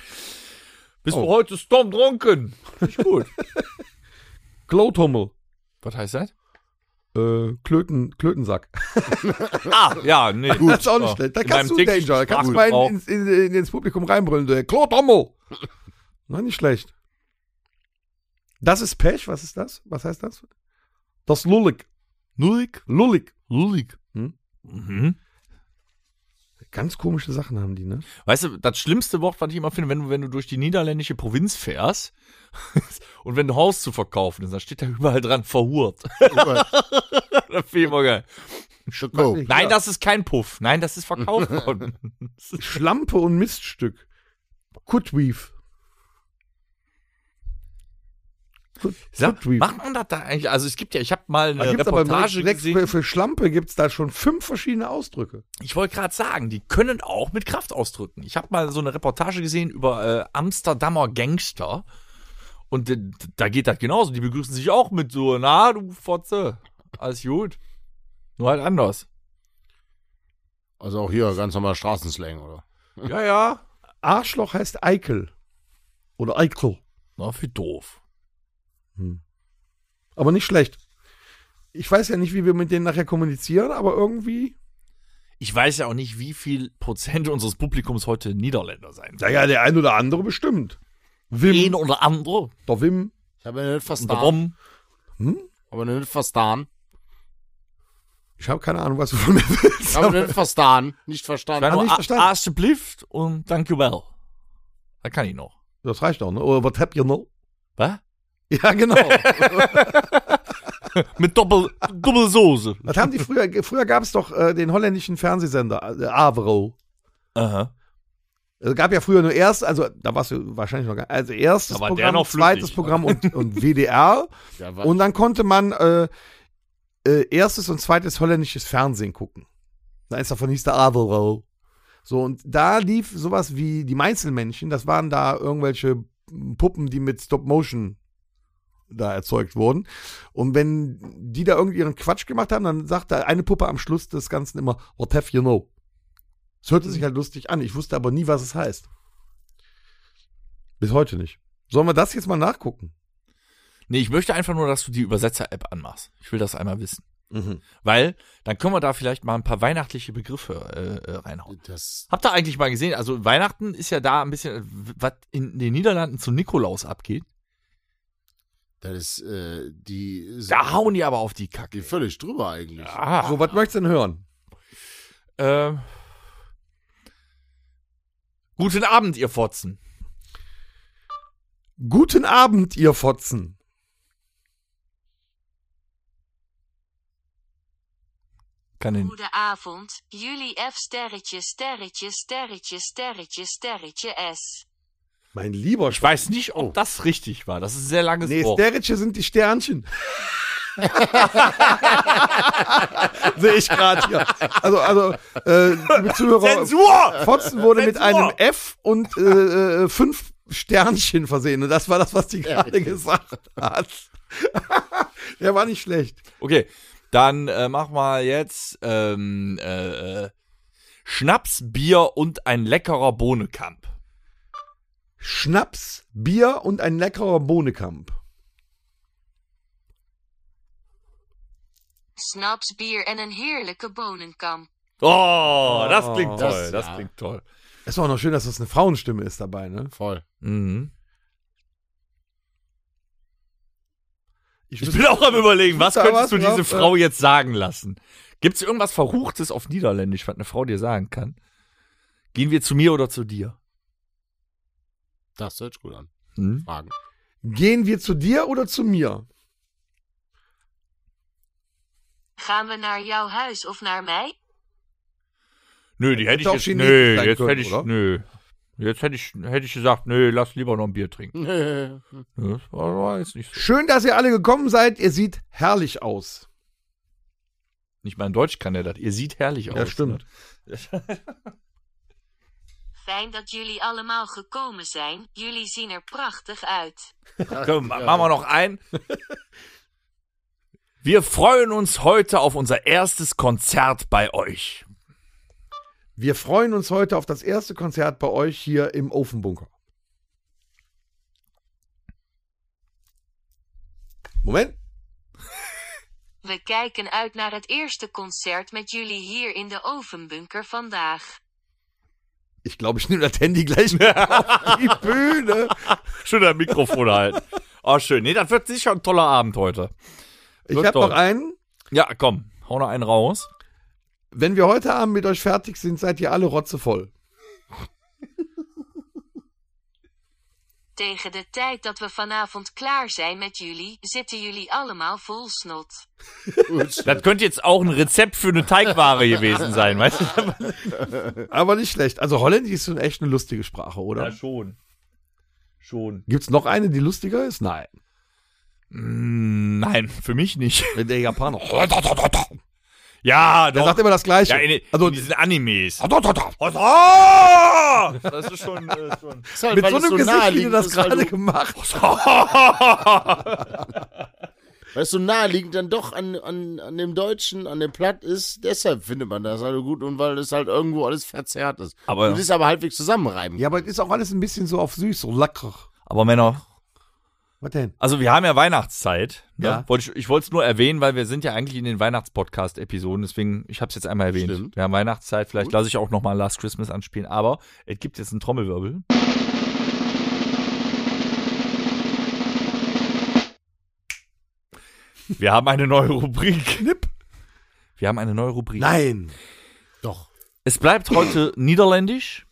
S4: Bist du
S2: Oh.
S4: heute stormtrunken? Finde ich gut.
S2: Klothummel.
S4: Was heißt das?
S2: Äh, Klöten, Klötensack.
S4: Ah, ja, nee. Oh, Gut.
S2: Das ist auch nicht schlecht. Da kannst du Danger. Da kannst du mal in, ins- in, in, ins Publikum reinbrüllen. du Klothummel. Na, nicht schlecht. Das ist Pech. Was ist das? Was heißt das? Das Lullig.
S4: Nulik.
S2: Lullig.
S4: Nulik.
S2: Hm?
S4: Mhm.
S2: Ganz komische Sachen haben die, ne?
S4: Weißt du, das schlimmste Wort, was ich immer finde, wenn du, wenn du durch die niederländische Provinz fährst und wenn ein Haus zu verkaufen ist, dann steht da überall dran verhurt. das finde ich immer geil.
S3: Schoko.
S4: Nein, das ist kein Puff. Nein, das ist verkauft worden.
S2: Schlampe und Miststück. Kutweef. Kut-
S4: Sag,
S2: Kutweef.
S4: macht man das da eigentlich? Also es gibt ja, ich habe mal eine
S2: Da gibt's aber im
S4: Reportage
S2: Lex-
S4: gesehen.
S2: für, für Schlampe gibt es da schon fünf verschiedene Ausdrücke.
S4: Ich wollte gerade sagen, die können auch mit Kraft ausdrücken. Ich habe mal so eine Reportage gesehen über äh, Amsterdamer Gangster. Und d- d- da geht das genauso. Die begrüßen sich auch mit so, na, du Fotze, alles gut. Nur halt anders.
S3: Also auch hier ganz normal Straßenslang, oder?
S2: Hm.
S4: Ja, ja.
S2: Arschloch heißt Eikel. Oder Eikel.
S4: Na, wie doof.
S2: Aber nicht schlecht. Ich weiß ja nicht, wie wir mit denen nachher kommunizieren, aber irgendwie.
S4: Ich weiß ja auch nicht, wie viel Prozent unseres Publikums heute Niederländer sein.
S2: Naja, der ein oder andere bestimmt. Wim.
S4: Ein oder andere.
S2: Der Wim.
S3: Ich habe ihn nicht verstanden.
S4: Warum?
S3: Aber nicht verstanden.
S2: Ich habe keine Ahnung, was du von mir willst.
S3: Aber nicht verstanden. Nicht
S4: Dann
S3: verstanden.
S2: Kann
S4: nur
S2: ich verstanden.
S4: a- alsjeblieft und dankjewel. Da kann ich noch.
S2: Das reicht auch, ne? Oder was habt ihr noch?
S4: Was?
S2: Ja, genau.
S4: Mit Doppel, Doppelsoße.
S2: Das haben die früher, früher gab es doch äh, den holländischen Fernsehsender, äh, Avro.
S4: Aha.
S2: Es gab ja früher nur erst, also da warst du wahrscheinlich noch gar also erstes
S4: Da war der
S2: Programm,
S4: noch flüssig. ne?
S2: zweites Programm und, und WDR.
S3: Ja, wa-
S2: und dann konnte man äh, äh, erstes und zweites holländisches Fernsehen gucken. Da ist davon hieß der Avro. So, und da lief sowas wie die Meinzelmännchen, das waren da irgendwelche Puppen, die mit Stop-Motion da erzeugt wurden. Und wenn die da irgendwie ihren Quatsch gemacht haben, dann sagt da eine Puppe am Schluss des Ganzen immer, what have you know? Es hörte sich halt lustig an. Ich wusste aber nie, was es heißt. Bis heute nicht. Sollen wir das jetzt mal nachgucken?
S4: Nee, ich möchte einfach nur, dass du die Übersetzer-App anmachst. Ich will das einmal wissen. Weil, dann können wir da vielleicht mal ein paar weihnachtliche Begriffe äh, äh, reinhauen.
S3: das,
S4: Habt ihr eigentlich mal gesehen, also Weihnachten ist ja da ein bisschen, äh, was in den Niederlanden zu Nikolaus abgeht.
S3: das ist äh, die,
S4: Da hauen die aber auf die Kacke.
S3: die völlig drüber eigentlich.
S4: Ah,
S2: So, was möchtest du denn hören?
S4: ähm. Guten Abend, ihr Fotzen.
S2: Guten Abend, ihr Fotzen.
S4: Kann den.
S5: Goedenavond, jullie F sterretje sterretje sterretje sterretje sterretje S.
S2: Mein lieber
S4: Ich weiß nicht, ob das richtig war. Das ist ein sehr langes
S2: Nee,
S4: Wort.
S2: Steritsche sind die Sternchen. Sehe ich gerade hier. Also, also, äh, liebe Zuhörer,
S4: Zensur!
S2: Fotzen wurde mit
S4: Zensur!
S2: einem F und äh, äh, fünf Sternchen versehen. Und das war das, was die gerade gesagt hat. Der war nicht schlecht.
S4: Okay, dann äh, mach mal jetzt ähm, äh, äh, Schnaps, Bier und ein leckerer Bohnenkamp.
S2: Schnaps, Bier und ein leckerer Bohnenkamp.
S5: snaps, bier en een heerlijke bonenkam.
S4: Oh, das klingt
S3: das-
S4: toll. Das,
S3: ja.
S4: klingt toll.
S2: Es war auch noch schön, dass das eine Frauenstimme ist dabei, ne?
S3: Voll.
S4: Mhm.
S2: Ich,
S4: Ich
S2: wüsste-
S4: bin auch am überlegen, was
S2: da
S4: könntest
S2: was äh,
S4: du diese
S2: drauf,
S4: Frau jetzt sagen lassen? Gibt's irgendwas Verruchtes auf Niederländisch, was eine Frau dir sagen kann? Gehen wir zu mir oder zu dir?
S3: Das hört sich gut an.
S4: Hm?
S3: Fragen.
S2: Gehen wir zu dir oder zu mir?
S5: Gaan we naar jouw huis of naar mij?
S4: Nö, die hätte ich
S2: auch
S4: jetzt,
S2: Chinesisch
S4: nö,
S2: sein
S4: jetzt
S2: können,
S4: hätte ich,
S2: oder?
S4: nö. Jetzt hätte ich, hätte ich gesagt, nö, lass lieber noch ein Bier trinken. Das war, war jetzt nicht so.
S2: Schön, dass ihr alle gekommen seid. Ihr sieht herrlich aus.
S4: Nicht mal in Deutsch kann er das. Ihr sieht herrlich aus. ne?
S5: Fijn dat jullie allemaal gekomen zijn. Jullie zien er prachtig uit.
S4: Komm, ma- machen wir noch ein. Wir freuen uns heute auf unser erstes Konzert bei euch.
S2: Wir freuen uns heute auf das erste Konzert bei euch hier im Ofenbunker. Moment.
S5: We kijken uit naar het eerste concert met jullie hier in de ovenbunker vandaag.
S2: Ich glaube, ich nehme das Handy gleich mit auf die Bühne.
S4: Schön dein Mikrofon halten. Oh, schön. Nee, das wird sicher ein toller Abend heute.
S2: Ich
S4: Wird
S2: habe
S4: toll.
S2: noch einen.
S4: Ja, komm, hau noch einen raus.
S2: Wenn wir heute Abend mit euch fertig sind, seid ihr alle rotzevoll.
S5: Tegen de tijd dat we vanavond klaar zijn met jullie, zitten jullie allemaal vol snot.
S4: Das könnte jetzt auch ein Rezept für eine Teigware gewesen sein, weißt du?
S2: Aber nicht schlecht. Also Holländisch ist schon echt eine lustige Sprache, oder?
S4: schon. Schon.
S2: Gibt's noch eine, die lustiger ist? Nein.
S4: Mm, Nein, für mich nicht.
S2: Der Japaner.
S4: Ja,
S2: Der
S4: doch.
S2: sagt immer das Gleiche.
S4: ja, in, in
S2: also
S4: diesen Animes. Das ist schon, äh, schon.
S3: Ist halt,
S2: mit
S3: weil
S2: so
S3: es
S2: einem Gesicht, wie du
S3: naheliegend
S2: das
S3: ist, weil
S2: gerade
S3: du- Oh,
S2: gemacht
S3: Weil es so naheliegend dann doch an, an, an dem Deutschen, an dem Platt ist, deshalb findet man das halt gut und weil es halt irgendwo alles verzerrt ist.
S4: Aber-
S3: und es ist aber halbwegs zusammenreimen.
S2: Ja, aber es ist auch alles ein bisschen so auf süß, so lacker.
S4: Aber Männer,
S2: Was denn?
S4: also wir haben ja Weihnachtszeit. Ne?
S2: Ja.
S4: Wollte ich ich wollte es nur erwähnen, weil wir sind ja eigentlich in den Weihnachtspodcast-Episoden. Deswegen, ich habe es jetzt einmal erwähnt.
S3: Stimmt.
S4: Wir haben Weihnachtszeit. Vielleicht lasse ich auch noch mal Last Christmas anspielen. Aber es gibt jetzt einen Trommelwirbel. Wir haben eine neue Rubrik. Knipp. Wir haben eine neue Rubrik.
S2: Nein.
S3: Doch.
S4: Es bleibt heute niederländisch.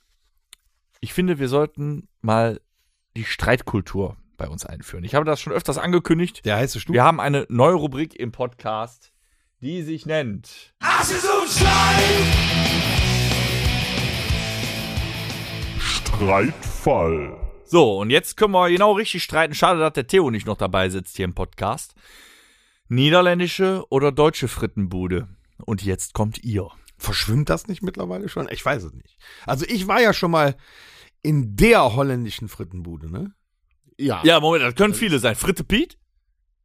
S4: Ich finde, wir sollten mal die Streitkultur bei uns einführen. Ich habe das schon öfters angekündigt.
S2: Der heiße Stuhl.
S4: Wir haben eine neue Rubrik im Podcast, die sich nennt.
S1: Streitfall.
S4: So, und jetzt können wir genau richtig streiten. Schade, dass der Theo nicht noch dabei sitzt hier im Podcast. Niederländische oder deutsche Frittenbude. Und jetzt kommt ihr.
S2: Verschwimmt das nicht mittlerweile schon? Ich weiß es nicht. Also ich war ja schon mal in der holländischen Frittenbude, ne?
S3: Ja.
S4: Ja, Moment, das können viele sein. Fritte Piet,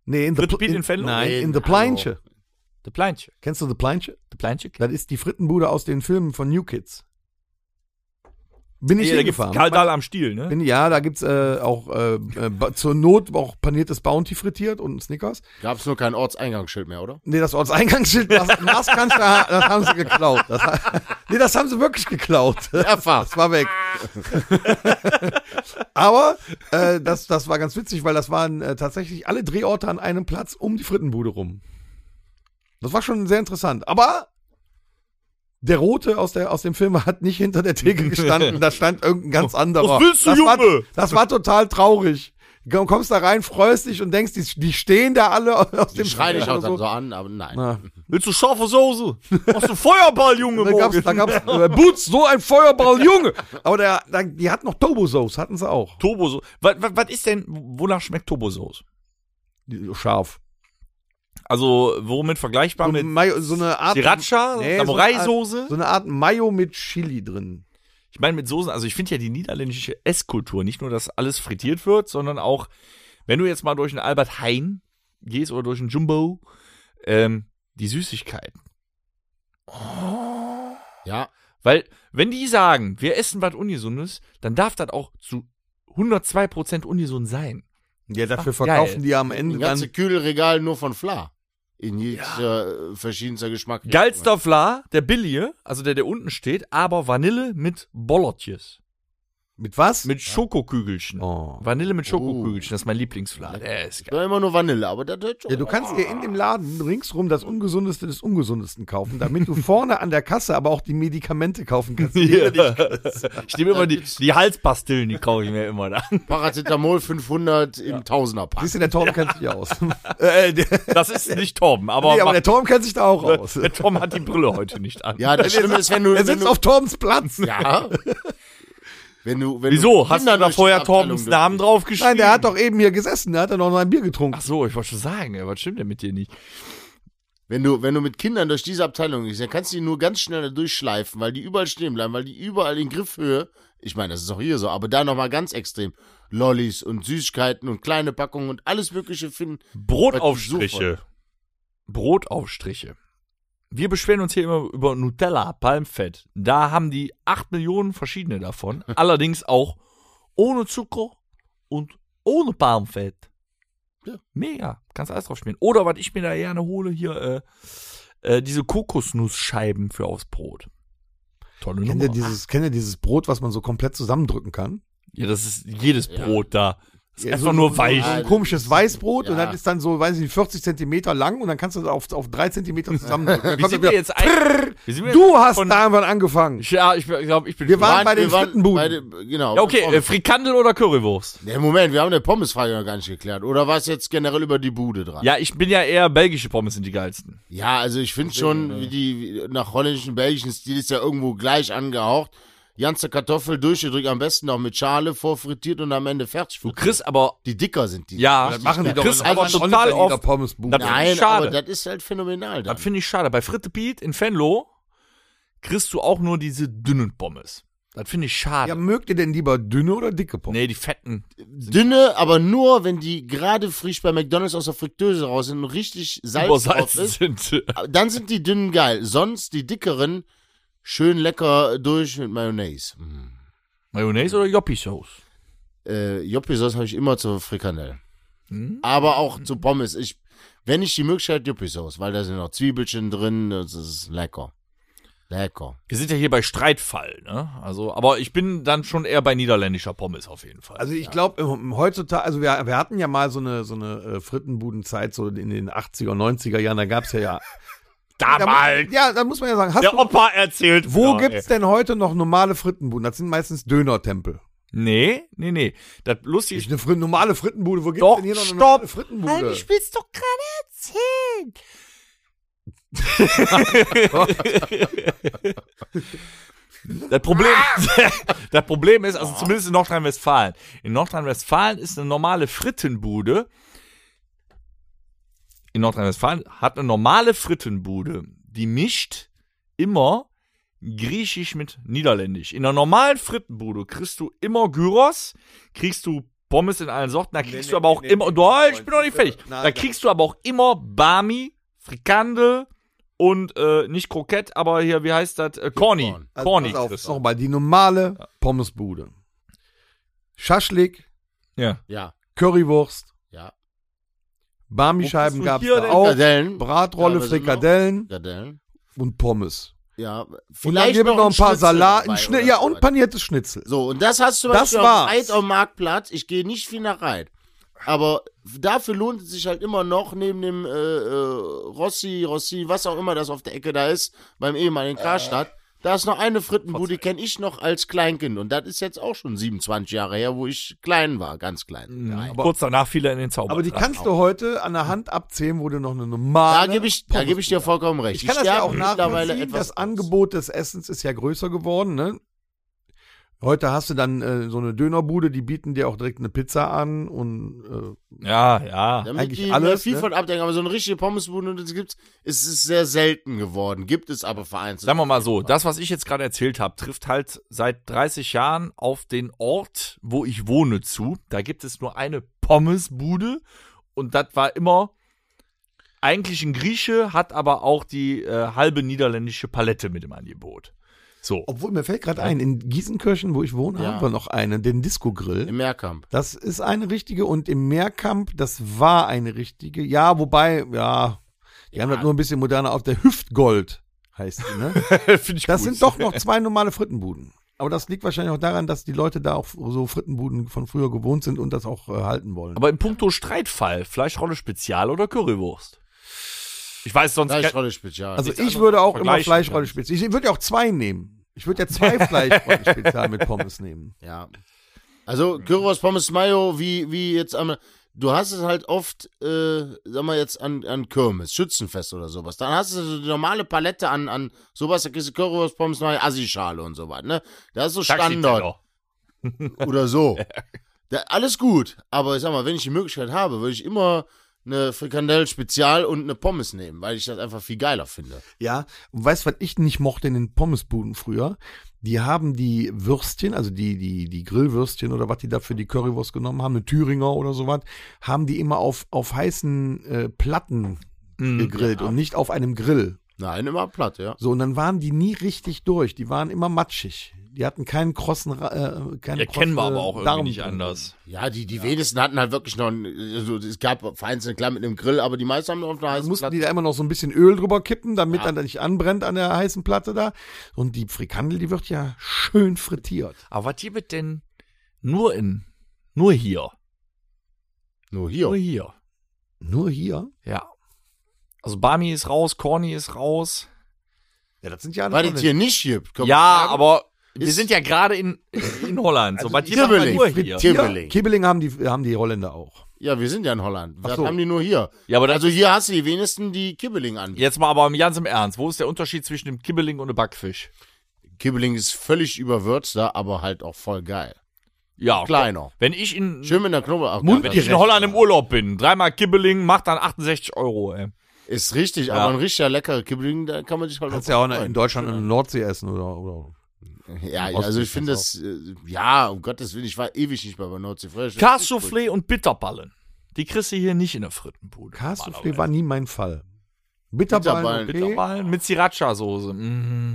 S2: Nee, in der
S4: Fritz Piet in Venlo?
S2: Nein,
S3: Nee,
S2: in der
S3: hallo.
S2: Pleinche.
S4: der Pleinche.
S2: Kennst du The Pleinche?
S4: Der Pleinche.
S2: Das ist die Frittenbude aus den Filmen von New Kids. Bin ich
S4: Ja, da gibt's
S2: hingefahren.
S4: Kaldal am Stiel, ne?
S2: Bin, ja, da gibt's äh, auch äh, äh, ba- zur Not auch paniertes Bounty frittiert und Snickers.
S3: Gab es nur kein Ortseingangsschild mehr, oder?
S2: Nee, das Ortseingangsschild, das Maßkanzler, das haben sie geklaut. Das, nee, das haben sie wirklich geklaut.
S3: Ja, fast.
S2: Das war weg. Aber äh, das, das war ganz witzig, weil das waren äh, tatsächlich alle Drehorte an einem Platz um die Frittenbude rum. Das war schon sehr interessant. Aber der Rote aus, der, aus dem Film hat nicht hinter der Theke gestanden, da stand irgendein ganz anderer.
S4: Was willst du,
S2: das war,
S4: Junge?
S2: das war total traurig. Du kommst da rein, freust dich und denkst, die, die stehen da alle aus dem
S3: Den schreie ich
S2: Film
S3: auch
S2: oder
S3: dann so an, aber nein.
S2: Na,
S4: Willst du scharfe Soße? Machst du Feuerball, Junge?
S2: Da gab's, da gab's äh, Boots, so ein Feuerball, Junge. Aber der, da, die hatten noch Tobo-Sauce, hatten sie auch.
S4: Turbosoße. Was, was, was ist denn, wonach schmeckt Turbosoße?
S2: Die- Scharf.
S4: Also, womit vergleichbar
S2: So,
S4: mit
S2: Mayo, so eine Art.
S4: Sriracha,
S2: Nee, so eine
S4: Samurai-Soße?
S2: Art- So eine Art Mayo mit Chili drin.
S4: ich meine, mit Soßen, also ich finde ja die niederländische Esskultur, nicht nur, dass alles frittiert wird, sondern auch, wenn du jetzt mal durch einen Albert Heijn gehst oder durch einen Jumbo, ähm, die Süßigkeiten.
S3: Ja.
S4: Weil, wenn die sagen, wir essen was Ungesundes, dann darf das auch zu 102% ungesund sein.
S2: Ja, dafür
S4: verkaufen
S2: verkaufen geil. die am Ende
S3: Ein
S2: dann.
S3: ganzes Kühlregal nur von Fla. in jeder verschiedenster Geschmack.
S4: Geilster Fla, der billige, also der, der unten steht, aber Vanille mit Bollotjes.
S2: Mit was?
S4: Mit Schokokügelchen.
S2: Oh.
S4: Vanille mit Schokokügelchen, das ist mein Lieblingsfla. Der ist
S3: Ich war immer nur Vanille, aber der Deutsche.
S2: Ja, du kannst dir in dem Laden ringsrum das Ungesundeste des Ungesundesten kaufen, damit du vorne an der Kasse aber auch die Medikamente kaufen kannst. die
S4: Ja.
S2: du nicht kriegst.
S4: Ich nehme immer die, die Halspastillen, die kaufe ich mir immer da.
S3: Paracetamol 500 im Tausenderpack.
S2: Siehst du, der Torben kennt sich aus.
S4: Äh, der- das ist nicht Torben, aber,
S2: nee, aber der Torben kennt sich da auch aus.
S4: der Tom hat die Brille heute nicht an.
S3: Ja, das Schlimme ist, wenn du.
S2: Er
S3: wenn
S2: sitzt
S3: du,
S2: auf Torbens Platz.
S3: ja. Wenn du, wenn
S4: Wieso?
S3: Du
S4: Hast
S3: Kinder
S4: du da
S3: durch die
S4: vorher
S3: Abteilung
S4: Torbens
S3: durch-
S4: Namen draufgeschrieben?
S2: Nein, der hat doch eben hier gesessen, der hat dann noch ein Bier getrunken.
S4: Ach so, ich wollte schon sagen, ey, was stimmt denn mit dir nicht?
S3: Wenn du, wenn du mit Kindern durch diese Abteilung gehst, dann kannst du die nur ganz schnell da durchschleifen, weil die überall stehen bleiben, weil die überall in Griffhöhe, ich meine, das ist auch hier so, aber da nochmal ganz extrem, Lollis und Süßigkeiten und kleine Packungen und alles Mögliche finden.
S4: Brotaufstriche. Brotaufstriche. Wir beschweren uns hier immer über Nutella, Palmfett. Da haben die 8 Millionen verschiedene davon. Allerdings auch ohne Zucker und ohne Palmfett. Mega. Kannst alles drauf schmieren. Oder was ich mir da gerne hole, hier äh, äh, diese Kokosnussscheiben für aufs Brot. Tolle
S2: Kennt ihr,
S4: Nummer.
S2: dieses, kennt ihr dieses Brot, was man so komplett zusammendrücken kann?
S4: Ja, das ist jedes
S3: Ja.
S4: Brot da. Ah, Das ist
S2: Ja,
S4: einfach
S2: so-
S4: nur weich.
S2: So ein komisches Weißbrot
S3: Ja.
S2: und das ist dann so, weiß ich nicht, 40 Zentimeter lang und dann kannst du das auf, auf 3 Zentimeter zusammendrücken. Dann
S4: Wie
S2: kommt
S4: sind
S2: das
S4: wir
S2: wieder-
S4: jetzt eigentlich? wie sind wir jetzt
S2: Du hast
S4: von-
S2: da irgendwann angefangen.
S4: Ja, ich glaube, ich bin.
S2: Wir waren-
S3: Nein,
S2: bei den
S3: wir waren
S2: Frittenbuden.
S3: bei den- genau.
S4: Ja, okay, äh,
S3: Pommes.
S4: Frikandel oder Currywurst?
S3: Nee, Moment, wir haben der Pommesfrage noch gar nicht geklärt. Oder war es jetzt generell über die Bude dran?
S4: Ja, ich bin ja eher belgische Pommes sind die geilsten.
S3: Ja, also ich finde schon, wie die wie- nach holländischen, belgischen Stil ist ja irgendwo gleich angehaucht. Ganze Kartoffel durchgedrückt, am besten noch mit Schale vorfrittiert und am Ende fertig.
S4: Du kriegst aber
S3: Die dicker sind die.
S4: ja,
S2: Das machen die doch
S4: kriegst
S2: in
S4: aber
S3: Holland auch
S4: total
S2: nicht bei jeder
S4: oft.
S2: Pommesbude.
S4: Das finde
S3: Nein,
S4: ich schade.
S3: aber das ist halt phänomenal. Dann.
S4: das finde ich schade. Bei Fritte Piet in Venlo kriegst du auch nur diese dünnen Pommes. Das finde ich schade.
S2: Ja, mögt ihr denn lieber dünne oder dicke Pommes?
S4: nee, die fetten.
S3: Dünne, aber nur, wenn die gerade frisch bei McDonalds aus der Fritteuse raus sind und richtig Salz drauf
S4: Übersalzen
S3: ist.
S2: ne?
S4: sind. äh,
S3: Dann sind die dünnen geil. Sonst die dickeren schön lecker durch mit Mayonnaise.
S2: Mhm.
S3: Mm.
S4: Mayonnaise oder Joppie-Sauce?
S3: Äh, Joppie-Sauce habe ich immer zur Frikandel.
S2: Mhm.
S3: Aber auch zu Pommes. Ich, wenn ich die Möglichkeit, Joppie-Sauce, weil da sind noch Zwiebelchen drin. Das ist lecker. Lecker.
S4: Wir sind ja hier bei Streitfall, ne? Also, aber ich bin dann schon eher bei niederländischer Pommes auf jeden Fall.
S2: Also ich glaube, heutzutage, also wir, wir hatten ja mal so eine, so eine äh, Frittenbudenzeit, so in den 80er, 90er Jahren, da gab's ja ja. Da
S4: damals!
S2: muss, ja, da muss man ja sagen, hast
S4: Der
S2: du,
S4: Opa erzählt.
S2: wo
S4: Ja,
S2: gibt's denn heute noch normale Frittenbuden? Das sind meistens Dönertempel.
S4: Nee, nee, nee. Das lustige
S2: Ist eine fri normale Frittenbude, wo gibt's
S4: Doch,
S2: denn hier noch eine
S4: stopp.
S2: normale Frittenbude?
S4: will's doch gerade erzählen. das, Problem, das Problem ist, also zumindest in Nordrhein-Westfalen. In Nordrhein-Westfalen ist eine normale Frittenbude. In Nordrhein-Westfalen hat eine normale Frittenbude, die mischt immer Griechisch mit Niederländisch. In einer normalen Frittenbude kriegst du immer Gyros, kriegst du Pommes in allen Sorten, da kriegst du aber auch immer. Nein, ich bin noch nicht fertig.
S2: Na,
S4: da
S2: na.
S4: kriegst du aber auch immer Bami, Frikandel und äh, nicht Krokett, aber hier, wie heißt das? Äh, Corny.
S3: Corn.
S2: Also
S4: Corny.
S2: pass auf,
S4: kriegst du.
S2: nochmal, die normale Pommesbude. Schaschlik,
S4: ja.
S3: Ja,
S2: Currywurst,
S3: ja.
S2: Barmischeiben
S4: Wo kriegst
S2: gab's
S4: du hier
S2: da
S4: denn
S2: auch,
S3: Frikadellen.
S2: Bratrolle,
S3: Ja, was sind noch?
S2: Frikadellen
S3: Frikadellen.
S2: und Pommes.
S3: Ja,
S2: Und dann
S3: vielleicht
S2: geben wir noch ein paar
S3: Schnitzel
S2: Salat,
S3: dabei
S2: ein Schni-
S3: oder
S2: ja
S3: so
S2: und
S3: was.
S2: paniertes Schnitzel.
S3: So, und das hast du zum
S2: Das
S3: Beispiel
S2: war's.
S3: auf Eid am Marktplatz. Ich gehe nicht viel nach Reit. Aber dafür lohnt es sich halt immer noch, neben dem äh, äh, Rossi, Rossi, was auch immer das auf der Ecke da ist, beim ehemaligen Karstadt, da ist noch eine Frittenbude, die kenne ich noch als Kleinkind. Und das ist jetzt auch schon 27 Jahre her, wo ich klein war, ganz klein.
S2: Mhm.
S3: Ja,
S4: Kurz danach fiel er in den Zauber.
S2: Aber die kannst du heute an der Hand abzählen, wo du noch eine
S3: da
S2: normale.
S3: gebe ich, da gebe ich dir vollkommen recht.
S2: ich kann das
S3: sterbe
S2: ja auch
S3: mittlerweile
S2: nachvollziehen. Das
S3: aus.
S2: Angebot des Essens ist ja größer geworden. Ne? Heute hast du dann äh, so eine Dönerbude, die bieten dir auch direkt eine Pizza an und äh,
S4: Ja, ja.
S3: Damit
S2: Eigentlich
S3: die
S2: alles, ne?
S3: viel von abdenken, aber so eine richtige Pommesbude, das gibt's, ist es sehr selten geworden. Gibt es aber vereinzelt.
S4: Sagen wir mal so, das, was ich jetzt gerade erzählt habe, trifft halt seit 30 Jahren auf den Ort, wo ich wohne, zu. Da gibt es nur eine Pommesbude und das war immer eigentlich ein Grieche, hat aber auch die äh, halbe niederländische Palette mit im Angebot. So.
S2: obwohl mir fällt gerade ein, in Gießenkirchen, wo ich wohne,
S3: Ja.
S2: haben wir noch eine, den Disco Grill.
S3: Im Mehrkamp.
S2: Das ist eine richtige und im Mehrkamp, das war eine richtige. Ja, wobei, ja, Die haben das nur ein bisschen moderner auf der Hüftgold heißt die, ne?
S4: Finde ich
S2: Das
S4: gut.
S2: sind doch noch zwei normale Frittenbuden. Aber das liegt wahrscheinlich auch daran, dass die Leute da auch so Frittenbuden von früher gewohnt sind und das auch äh, halten wollen.
S4: Aber in puncto Streitfall, Fleischrolle Spezial oder Currywurst? Ich weiß sonst
S3: Da ist
S4: kein-
S3: Rolle Spezial.
S2: also
S4: nichts
S2: ich würde auch immer
S4: vergleichen
S2: Fleischrolle
S4: kannst.
S2: spezial. Ich würde ja auch zwei nehmen. Ich würde ja zwei Fleischrolle spezial mit Pommes nehmen.
S3: Ja. Also Currywurst, Pommes, Mayo, wie, wie jetzt am. Du hast es halt oft, äh, sag mal jetzt an, an Kirmes, Schützenfest oder sowas. Dann hast du so die normale Palette an, an sowas, da kriegst du Currywurst, Pommes, Mayo, Assi-Schale und sowas, ne? Das ist so Standard
S4: Taxiteller.
S3: oder so. Da, alles gut, aber ich sag mal, wenn ich die Möglichkeit habe, würde ich immer eine Frikandel-Spezial und eine Pommes nehmen, weil ich das einfach viel geiler finde.
S2: Ja, und weißt du, was ich nicht mochte in den Pommesbuden früher? Die haben die Würstchen, also die, die, die Grillwürstchen oder was die da für die Currywurst genommen haben, eine Thüringer oder sowas, haben die immer auf, auf heißen äh, Platten
S4: Mm,
S2: gegrillt und nicht auf einem Grill.
S3: Nein, immer platt, ja.
S2: So, und dann waren die nie richtig durch. Die waren immer matschig. Die hatten keinen krossen, Ra- äh, keinen
S4: Ja,
S2: krossen,
S4: kennen wir aber
S2: äh,
S4: auch irgendwie
S2: Darm
S4: nicht
S2: drin.
S4: anders.
S3: Ja, die, die wenigsten hatten halt wirklich noch, ein- also es gab vereinzelte klar mit einem Grill, aber die meisten haben auf einer
S2: Da
S3: heißen
S2: mussten
S3: Platte.
S2: die da immer noch so ein bisschen Öl drüber kippen, damit dann nicht anbrennt an der heißen Platte da. Und die Frikandel, die wird ja schön frittiert.
S4: Aber was gibt es denn nur in, nur hier?
S3: Nur hier.
S4: Nur hier.
S2: Nur hier.
S4: Ja. Also Bami ist raus, Corny ist raus.
S2: Ja, das sind ja
S3: Weil
S2: alles
S3: es
S2: noch
S3: hier nicht gibt. Komm,
S4: ja, aber wir
S3: Ist- Also
S4: sind ja gerade in, in Holland. so, was
S3: ich
S4: gibt es
S3: sag mal,
S4: nur
S3: die
S4: hier?
S3: Frittier-
S2: Kibbeling. Kibbeling haben die, haben die Holländer auch.
S3: Ja, wir sind ja in Holland.
S2: Ach
S3: Das
S2: so.
S3: haben die nur hier.
S4: Ja, aber das-
S3: also hier hast du die wenigsten, die Kibbeling anbieten.
S4: Jetzt mal aber ganz im Ernst. Wo ist der Unterschied zwischen dem Kibbeling und dem Backfisch?
S3: Kibbeling ist völlig überwürzter, aber halt auch voll geil.
S4: Ja,
S3: Kleiner.
S4: Wenn ich in,
S3: Schön mit einer Knoblauch. Ach,
S2: Mund-
S3: ja,
S4: wenn ich in Holland im Urlaub bin, dreimal Kibbeling, macht dann 68 Euro, ey.
S3: Ist richtig,
S4: Ja.
S3: aber ein richtiger leckerer Kibbeling, da kann man sich halt
S2: Kannst
S3: auch
S2: ja auch
S3: freuen.
S2: in Deutschland in der Nordsee essen oder, oder.
S3: Ja,
S2: im
S3: also
S2: Osten
S3: ich finde das, äh, ja, um Gottes Willen, ich war ewig nicht mehr bei Nordsee Fresh.
S4: Kassoufflé und Bitterballen. Die kriegst du hier nicht in der Frittenbude.
S2: Kassoufflé war nie mein Fall. Bitterballen,
S3: Bitterballen,
S2: okay.
S4: Bitterballen mit Sriracha-Soße.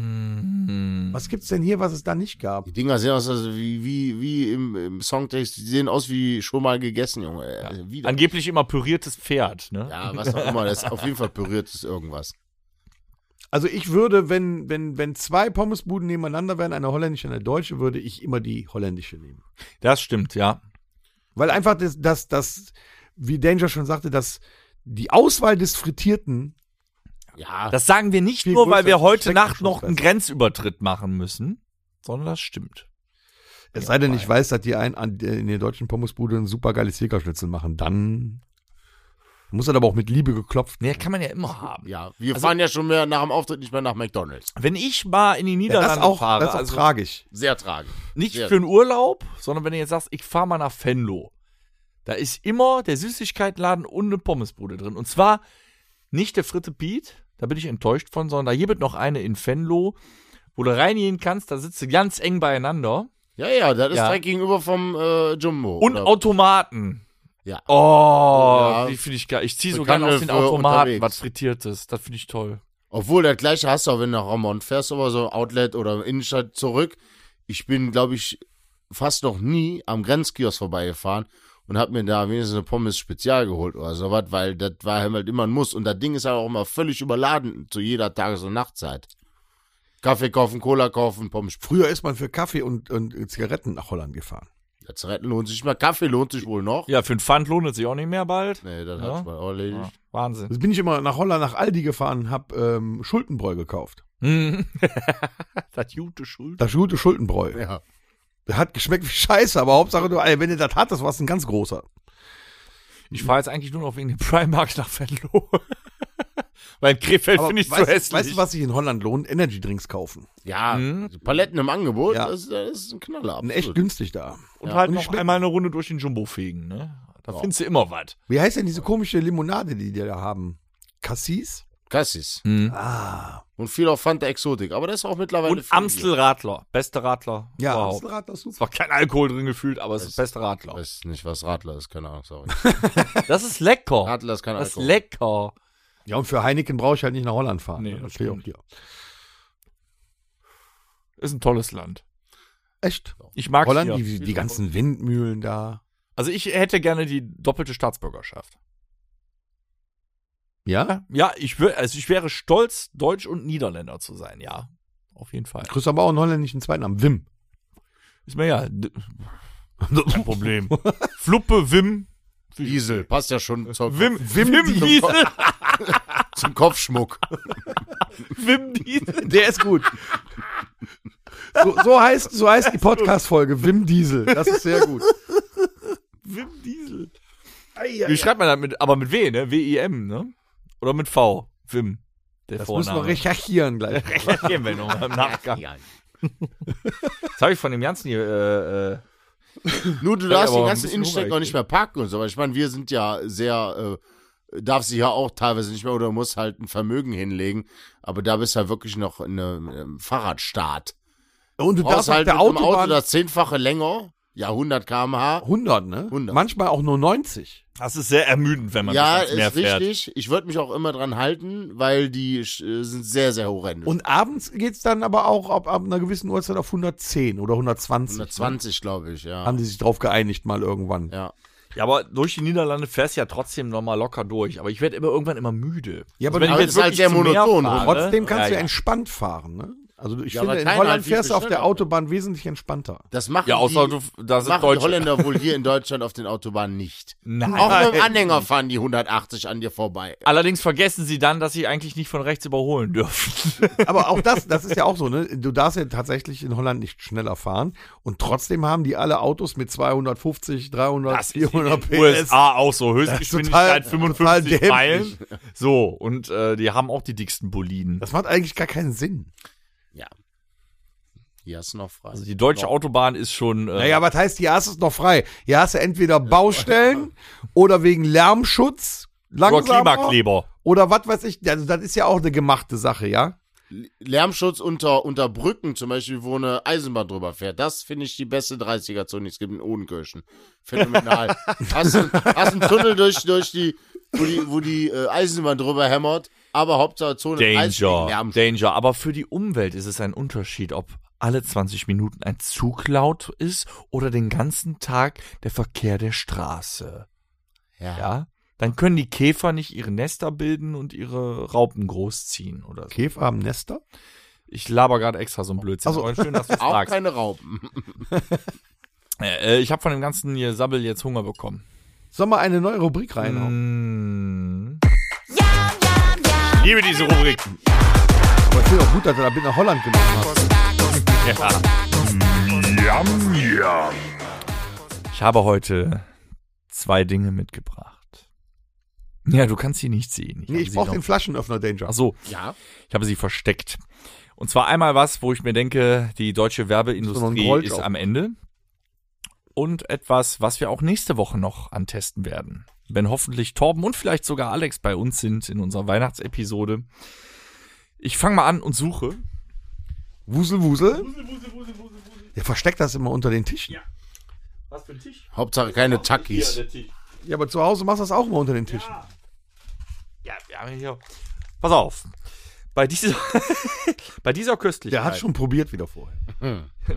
S4: Mm.
S2: Was gibt's denn hier, was es da nicht gab?
S3: Die Dinger sehen aus also wie, wie, wie im, im Songtext, die sehen aus wie schon mal gegessen, Junge. Äh, wieder.
S4: Angeblich immer püriertes Pferd, ne?
S3: ja, was auch immer, das ist auf jeden Fall püriertes irgendwas.
S2: Also ich würde, wenn, wenn, wenn zwei Pommesbuden nebeneinander wären, eine holländische und eine deutsche, würde ich immer die holländische nehmen.
S4: Das stimmt, ja.
S2: Weil einfach das, das, das wie Danger schon sagte, dass die Auswahl des Frittierten,
S3: Ja,
S4: Das sagen wir nicht
S2: Viel
S4: nur, weil
S2: größer
S4: wir
S2: ist
S4: heute
S2: der
S4: Nacht noch
S2: Steckenschuss
S4: einen Grenzübertritt machen müssen, sondern das stimmt.
S2: es sei denn, ich weiß, dass die einen an, äh, in der deutschen Pommesbude ein supergeiles Jägerschnitzel machen, dann muss das aber auch mit Liebe geklopft
S4: Nee, kann man ja immer haben.
S3: ja, wir fahren ja schon mehr nach dem Auftritt nicht mehr nach McDonalds.
S4: Wenn ich mal in die
S2: werden.
S4: Niederlande
S2: Das ist auch,
S4: fahre,
S2: das ist auch
S4: also
S2: tragisch.
S3: Sehr tragisch.
S4: nicht
S3: Sehr.
S4: für einen Urlaub, sondern wenn du jetzt sagst, ich fahre mal nach Venlo, da ist immer der Süßigkeitenladen und eine Pommesbude drin. Und zwar nicht der Fritte Piet, da bin ich enttäuscht von, sondern da gibt es noch eine in Venlo, wo du reingehen kannst, da sitzt du ganz eng beieinander.
S3: Ja, ja, das ist
S4: Ja.
S3: direkt gegenüber vom äh, Jumbo.
S4: Und
S3: Oder-
S4: Automaten.
S3: Ja.
S4: Oh,
S3: Ja.
S4: die finde ich geil. Ich ziehe so
S3: Bekannte
S4: gerne auf den
S3: für
S4: Automaten
S3: unterwegs.
S4: was Frittiertes. Das finde ich toll.
S3: Obwohl, das gleiche hast du auch, wenn du nach Ramon fährst, aber so Outlet oder Innenstadt zurück. Ich bin, glaube ich, fast noch nie am Grenzkiosk vorbeigefahren und habe mir da wenigstens eine Pommes spezial geholt oder sowas, weil das war halt immer ein Muss. Und das Ding ist halt auch immer völlig überladen zu jeder Tages- und Nachtzeit. Kaffee kaufen, Cola kaufen, Pommes. Früher,
S2: Früher ist man für Kaffee und, und Zigaretten nach Holland gefahren.
S3: Zigaretten lohnt sich nicht mehr. Kaffee lohnt sich wohl noch.
S4: Ja, für einen Pfand lohnt es sich auch nicht mehr bald.
S3: Nee, das
S4: Ja.
S3: hat sich mal auch erledigt.
S4: Ja, Wahnsinn.
S2: Also bin ich immer nach Holland, nach Aldi gefahren und habe ähm, Schultenbräu gekauft.
S4: das gute Schuld.
S2: Das gute Schultenbräu.
S3: Ja.
S2: Das hat geschmeckt wie Scheiße, aber Hauptsache, du, ey, wenn du das hattest, warst du ein ganz großer.
S4: Ich fahre jetzt eigentlich nur noch wegen dem Primark nach Venlo. Weil in Krefeld
S2: Aber
S4: finde ich
S2: weißt,
S4: zu hässlich.
S2: Weißt du, was sich in Holland lohnt? Energydrinks kaufen.
S3: Ja, Paletten im Angebot,
S2: Ja.
S3: das, das ist ein Knaller.
S2: Und
S3: absolut.
S2: echt günstig da.
S4: Und halt
S2: Und die
S4: noch
S2: schmecken.
S4: einmal eine Runde durch den Jumbo fegen, ne? Da findest du immer was.
S2: Wie heißt denn diese komische Limonade, die die da haben? Cassis?
S3: Cassis.
S2: Ah.
S3: Und viel auch Fanta Exotik. Aber das ist auch mittlerweile.
S4: Und
S3: viel
S4: Amstelradler. Beste Radler.
S2: Ja,
S4: überhaupt.
S2: Amstelrad, das ist
S4: Es
S2: super.
S4: war kein Alkohol drin gefühlt, aber es ist das beste
S3: hier.
S4: Radler.
S3: Weiß nicht, was Radler ist, keine Ahnung, sorry.
S4: Das ist lecker.
S3: Radler ist kein
S4: das ist
S3: Alkohol.
S4: lecker.
S2: Ja, und für Heineken brauche ich halt nicht nach Holland fahren.
S4: Nee,
S2: ne?
S4: das
S2: stehe ich
S4: stimmt.
S2: auch hier.
S4: Ist ein tolles Land.
S2: Echt?
S4: Ich mag
S2: Holland,
S4: hier.
S2: die, die ganzen Windmühlen da.
S4: Also ich hätte gerne die doppelte Staatsbürgerschaft.
S3: Ja?
S4: Ja, ich, wür- also ich wäre stolz, Deutsch und Niederländer zu sein, ja. Auf jeden Fall.
S2: Kriegst aber auch einen holländischen Zweitnamen, Wim.
S4: Ist mir ja. d- Kein Problem. Fluppe, Wim.
S3: Diesel, passt ja schon zur,
S4: Wim, Wim, Diesel.
S3: zum Kopfschmuck.
S4: Wim Diesel.
S2: Der ist gut. So, so, heißt, so heißt die Podcast-Folge, Wim Diesel. Das ist sehr gut.
S4: Wim Diesel. Wie schreibt man das mit, aber mit W, ne? W-I-M, ne? Oder mit V? Wim. Der
S2: Das müssen
S4: Vorname.
S2: wir recherchieren gleich.
S4: recherchieren wir noch mal im Nachgang. Das habe ich von dem Ganzen hier, äh, äh,
S3: Nur du
S4: Ja,
S3: darfst
S4: aber
S3: den
S4: ein
S3: ganzen
S4: bisschen
S3: Innensteck noch
S4: hungrig.
S3: nicht mehr parken und so. Aber ich meine, wir sind ja sehr, äh, darfst du ja auch teilweise nicht mehr oder musst halt ein Vermögen hinlegen. Aber da bist du ja wirklich noch in einem, einem Fahrradstaat.
S2: Und du
S3: Brauchst
S2: darfst auf
S3: halt
S2: der
S3: mit dem Auto
S2: Autobahn
S3: das zehnfache länger, ja 100 km/h.
S2: 100, ne?
S3: 100.
S2: Manchmal auch nur 90.
S4: das ist sehr ermüdend, wenn man
S3: Ja,
S4: nicht ans Meer
S3: ist
S4: fährt.
S3: richtig. Ich würde mich auch immer dran halten, weil die äh, sind sehr, sehr horrend.
S2: Und abends geht's dann aber auch ab, ab einer gewissen Uhrzeit auf 110 oder 120.
S3: 120, glaube ich, ja.
S2: Haben die sich drauf geeinigt mal irgendwann.
S3: Ja.
S4: Ja, aber durch die Niederlande fährst du ja trotzdem nochmal locker durch. Aber ich werde immer irgendwann immer müde. Also
S2: Ja, aber du-
S4: wenn ich
S3: aber
S4: jetzt
S3: das ist halt
S4: wirklich
S3: sehr
S4: zum Meer
S3: monoton.
S4: fahre-
S2: Trotzdem kannst
S4: Ja,
S2: du ja
S4: ja.
S2: entspannt fahren, ne? Also ich
S3: Ja, aber
S2: finde, in
S3: keiner
S2: Holland
S3: hat viel
S2: fährst du auf der
S3: schneller.
S2: Autobahn wesentlich entspannter.
S3: Das machen
S4: Ja, außer
S3: die,
S4: du- da sind
S3: machen die
S4: Deutsche.
S3: Holländer wohl hier in Deutschland auf den Autobahnen nicht.
S4: Nein.
S3: Auch mit dem Anhänger fahren die 180 an dir vorbei.
S4: Allerdings vergessen sie dann, dass sie eigentlich nicht von rechts überholen dürfen.
S2: Aber auch das, das ist ja auch so, ne? Du darfst ja tatsächlich in Holland nicht schneller fahren und trotzdem haben die alle Autos mit 250, 300, 400 PS.
S4: USA auch so. Höchstgeschwindigkeit
S2: Das ist total-
S4: 55
S2: total
S4: Meilen.
S2: dämlich.
S4: So, und äh, die haben auch die dicksten Boliden.
S2: Das macht eigentlich gar keinen Sinn.
S3: Ja. Hier hast du noch frei.
S4: Also die deutsche Autobahn ist schon. Äh,
S2: Naja, was heißt, hier hast du es noch frei. Hier hast du entweder Baustellen oder wegen Lärmschutz
S4: nur
S2: langsamer
S4: Klimakleber.
S2: oder was weiß ich. Also das ist ja auch eine gemachte Sache, ja?
S3: Lärmschutz unter, unter Brücken, zum Beispiel, wo eine Eisenbahn drüber fährt. Das finde ich die beste 30er-Zone, die es gibt in Odenkirchen. Phänomenal. hast, du- hast einen Tunnel durch, durch die, wo die, wo die äh, Eisenbahn drüber hämmert, aber Hauptsache Zone ist
S4: Danger.
S3: Lärmschutz.
S4: Danger. Aber für die Umwelt ist es ein Unterschied, ob alle 20 Minuten ein Zug laut ist oder den ganzen Tag der Verkehr der Straße.
S3: Ja.
S4: Ja? Dann können die Käfer nicht ihre Nester bilden und ihre Raupen großziehen oder so.
S2: Käfer haben Nester?
S4: Ich laber gerade extra so ein Blödsinn.
S2: Also-
S4: aber schön, dass du
S3: Auch
S4: fragst.
S3: keine Raupen.
S4: Äh, äh, ich habe von dem ganzen hier Sabbel jetzt Hunger bekommen.
S2: Soll mal eine neue Rubrik reinhauen?
S4: Mm.
S6: Ich
S4: Liebe diese Rubrik.
S2: Aber ich finde auch gut, dass du da mit nach Holland genommen hast.
S4: Ich habe heute zwei Dinge mitgebracht. Ja, du kannst sie nicht sehen.
S2: Nee,
S4: habe
S2: ich
S4: sie
S2: brauche
S4: noch- Also
S2: den Flaschenöffner, Danger.
S4: Ach so,
S3: Ja.
S4: ich habe sie versteckt. Und zwar einmal was, wo ich mir denke, die deutsche
S2: Ist doch noch ein
S4: Werbeindustrie
S2: Gold
S4: ist
S2: auf.
S4: am Ende. Und etwas, was wir auch nächste Woche noch antesten werden. Wenn hoffentlich Torben und vielleicht sogar Alex bei uns sind in unserer Weihnachtsepisode. Ich fange mal an und suche.
S2: Wusel, Wusel. Der versteckt das immer unter den Tischen. Ja,
S4: Was für ein Tisch?
S3: Hauptsache keine Takis.
S4: Tisch.
S2: aber zu Hause machst du das auch immer unter den Tischen.
S4: Ja, wir haben hier. Pass auf. Bei dieser, bei dieser Köstlichkeit.
S2: Der hat schon probiert wieder vorher.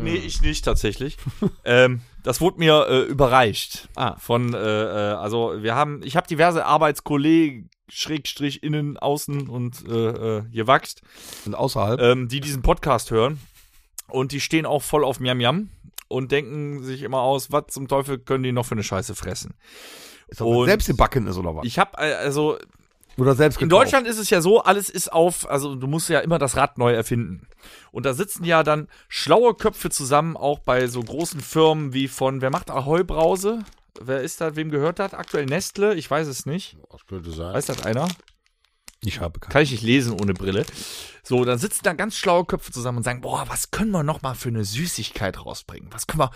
S4: Nee, ich nicht tatsächlich. ähm, das wurde mir äh, überreicht.
S2: Ah.
S4: Von, äh, äh, also wir haben, ich habe diverse Arbeitskollegen, Schrägstrich, innen, außen und äh, äh, hier wachst,
S2: Und außerhalb.
S4: ähm, die diesen Podcast hören. Und die stehen auch voll auf Miam Miam und denken sich immer aus, was zum Teufel können die noch für eine Scheiße fressen.
S2: ist doch
S4: und-
S2: selbst gebacken ist oder was?
S4: Ich habe äh, also
S2: oder selbst
S4: In
S2: gekauft.
S4: Deutschland ist es ja so, alles ist auf, also du musst ja immer das Rad neu erfinden. Und da sitzen ja dann schlaue Köpfe zusammen, auch bei so großen Firmen wie von, wer macht Ahoi Brause? Wer ist das, wem gehört das? Aktuell Nestle? Ich weiß es nicht.
S3: Das könnte sein.
S4: Weiß das einer?
S2: Ich habe keine.
S4: Kann ich nicht lesen ohne Brille. So, dann sitzen da ganz schlaue Köpfe zusammen und sagen, boah, was können wir noch mal für eine Süßigkeit rausbringen? Was können wir,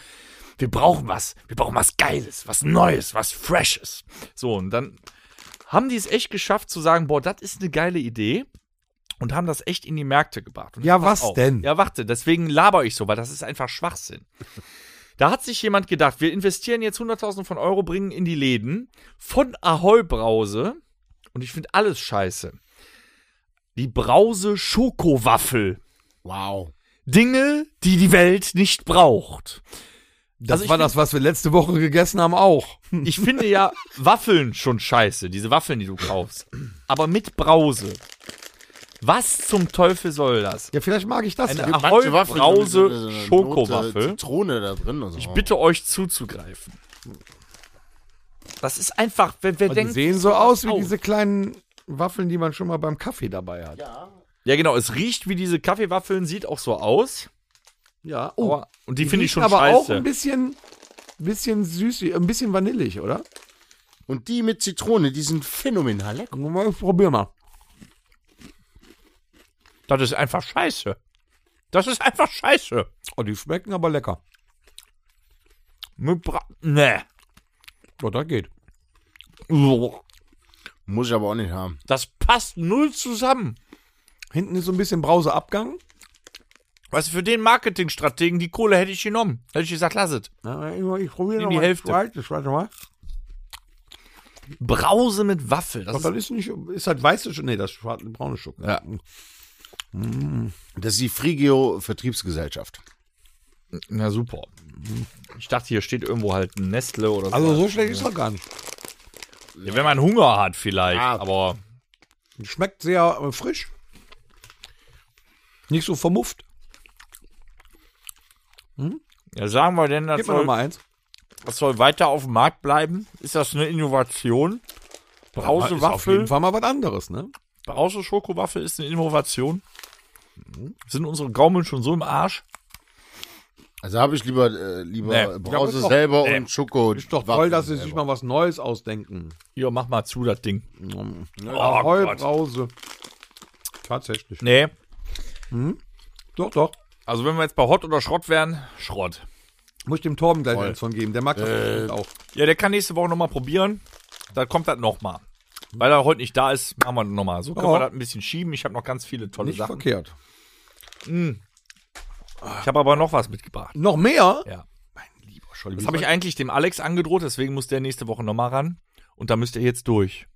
S4: wir brauchen was, wir brauchen was Geiles, was Neues, was Freshes. So, und dann haben die es echt geschafft zu sagen, boah, das ist eine geile Idee und haben das echt in die Märkte gebracht. Und
S2: Ja,
S4: pass
S2: was denn?
S4: Ja, warte, deswegen laber ich so, weil das ist einfach Schwachsinn. Da hat sich jemand gedacht, wir investieren jetzt 100.000 von Euro, bringen in die Läden von Ahoi Brause und ich finde alles scheiße. Die Brause Schokowaffel.
S3: Wow.
S4: Dinge, die die Welt nicht braucht.
S2: Das
S4: Also ich
S2: war
S4: find-
S2: das, was wir letzte Woche gegessen haben, auch.
S4: Ich finde ja Waffeln schon scheiße, diese Waffeln, die du kaufst. Aber mit Brause. Was zum Teufel soll das?
S2: Ja, vielleicht mag ich das
S4: Eine
S2: ja.
S4: Ach-
S3: Manche Waffeln
S4: Brause,
S3: haben so eine- so eine
S4: Schokowaffel.
S3: rote Zitrone da drin und so. Ich
S4: Bitte euch zuzugreifen. Das ist einfach, wer, wer
S2: Aber Die
S4: denkt.
S2: sehen so aus wie
S4: auf.
S2: diese kleinen Waffeln, die man schon mal beim Kaffee dabei hat. Ja.
S4: Ja, genau, es riecht wie diese Kaffeewaffeln, sieht auch so aus.
S2: Oh,
S4: Aber- und die finde ich
S2: riechen
S4: schon
S2: aber auch
S4: scheiße.
S2: ein bisschen, bisschen süß, ein bisschen vanillig, oder?
S3: Und die mit Zitrone, die sind phänomenal lecker.
S2: Mal, Probier mal.
S4: das ist einfach scheiße. Das ist einfach scheiße.
S2: Oh, die schmecken aber lecker.
S4: Mit Bra nee.
S2: Oh, das geht.
S3: Muss ich aber auch nicht haben.
S4: Das passt null zusammen.
S2: Hinten ist so ein bisschen Brauseabgang.
S4: Weißt du, für den Marketingstrategen, die Kohle hätte ich genommen. Hätte ich gesagt, lass es.
S2: Na, Ich probiere
S4: Nimm
S2: noch
S4: die
S2: mal ein
S4: Hälfte.
S2: zweites, warte mal.
S4: Brause mit Waffel. Das
S2: Das, das ist nicht, ist halt weiße, Sch- nee, das ist schwarze- braune Schokolade.
S3: Ja. Das ist die Frigio Vertriebsgesellschaft.
S4: ist, na super. Ich dachte, hier steht irgendwo halt ein Nestle oder so.
S2: Also so schlecht ist das gar nicht.
S4: ja, wenn man Hunger hat vielleicht,
S3: Ah.
S4: aber
S2: Schmeckt sehr äh, frisch. Nicht so vermufft.
S4: ja, sagen wir denn, das
S2: Gib mir noch
S4: soll,
S2: mal eins.
S4: das soll weiter auf dem Markt bleiben. Ist das eine Innovation?
S2: Ist auf jeden
S4: Brausewaffel,
S2: Fall mal was anderes, ne?
S4: Brause-Schokowaffel ist eine Innovation. Sind unsere Gaumeln schon so im Arsch?
S3: Also habe ich lieber, äh, lieber
S4: Nee.
S3: Brause
S2: Ja, ist doch-
S3: selber
S4: nee.
S3: und Schoko.
S2: Ist doch toll, dass sie sich mal was Neues ausdenken.
S4: Hier, mach mal zu, das Ding.
S2: Oh, Heulbrause. Tatsächlich.
S4: Nee,
S2: Doch, doch.
S4: also wenn wir jetzt bei Hot oder Schrott wären, Schrott.
S2: Muss ich dem Torben gleich eins von geben. Der mag das
S4: Äh,
S2: bestimmt auch.
S4: Ja, der kann nächste Woche nochmal probieren. Da kommt das nochmal. Weil er heute nicht da ist, machen wir nochmal. So können
S2: Ja.
S4: wir das ein bisschen schieben. Ich habe noch ganz viele tolle
S2: Nicht
S4: Sachen.
S2: verkehrt.
S4: Ich habe aber noch was mitgebracht.
S2: Noch mehr?
S4: Ja.
S2: Mein lieber Scholli.
S4: Das habe ich eigentlich dem Alex angedroht, deswegen muss der nächste Woche nochmal ran. Und da müsst ihr jetzt durch.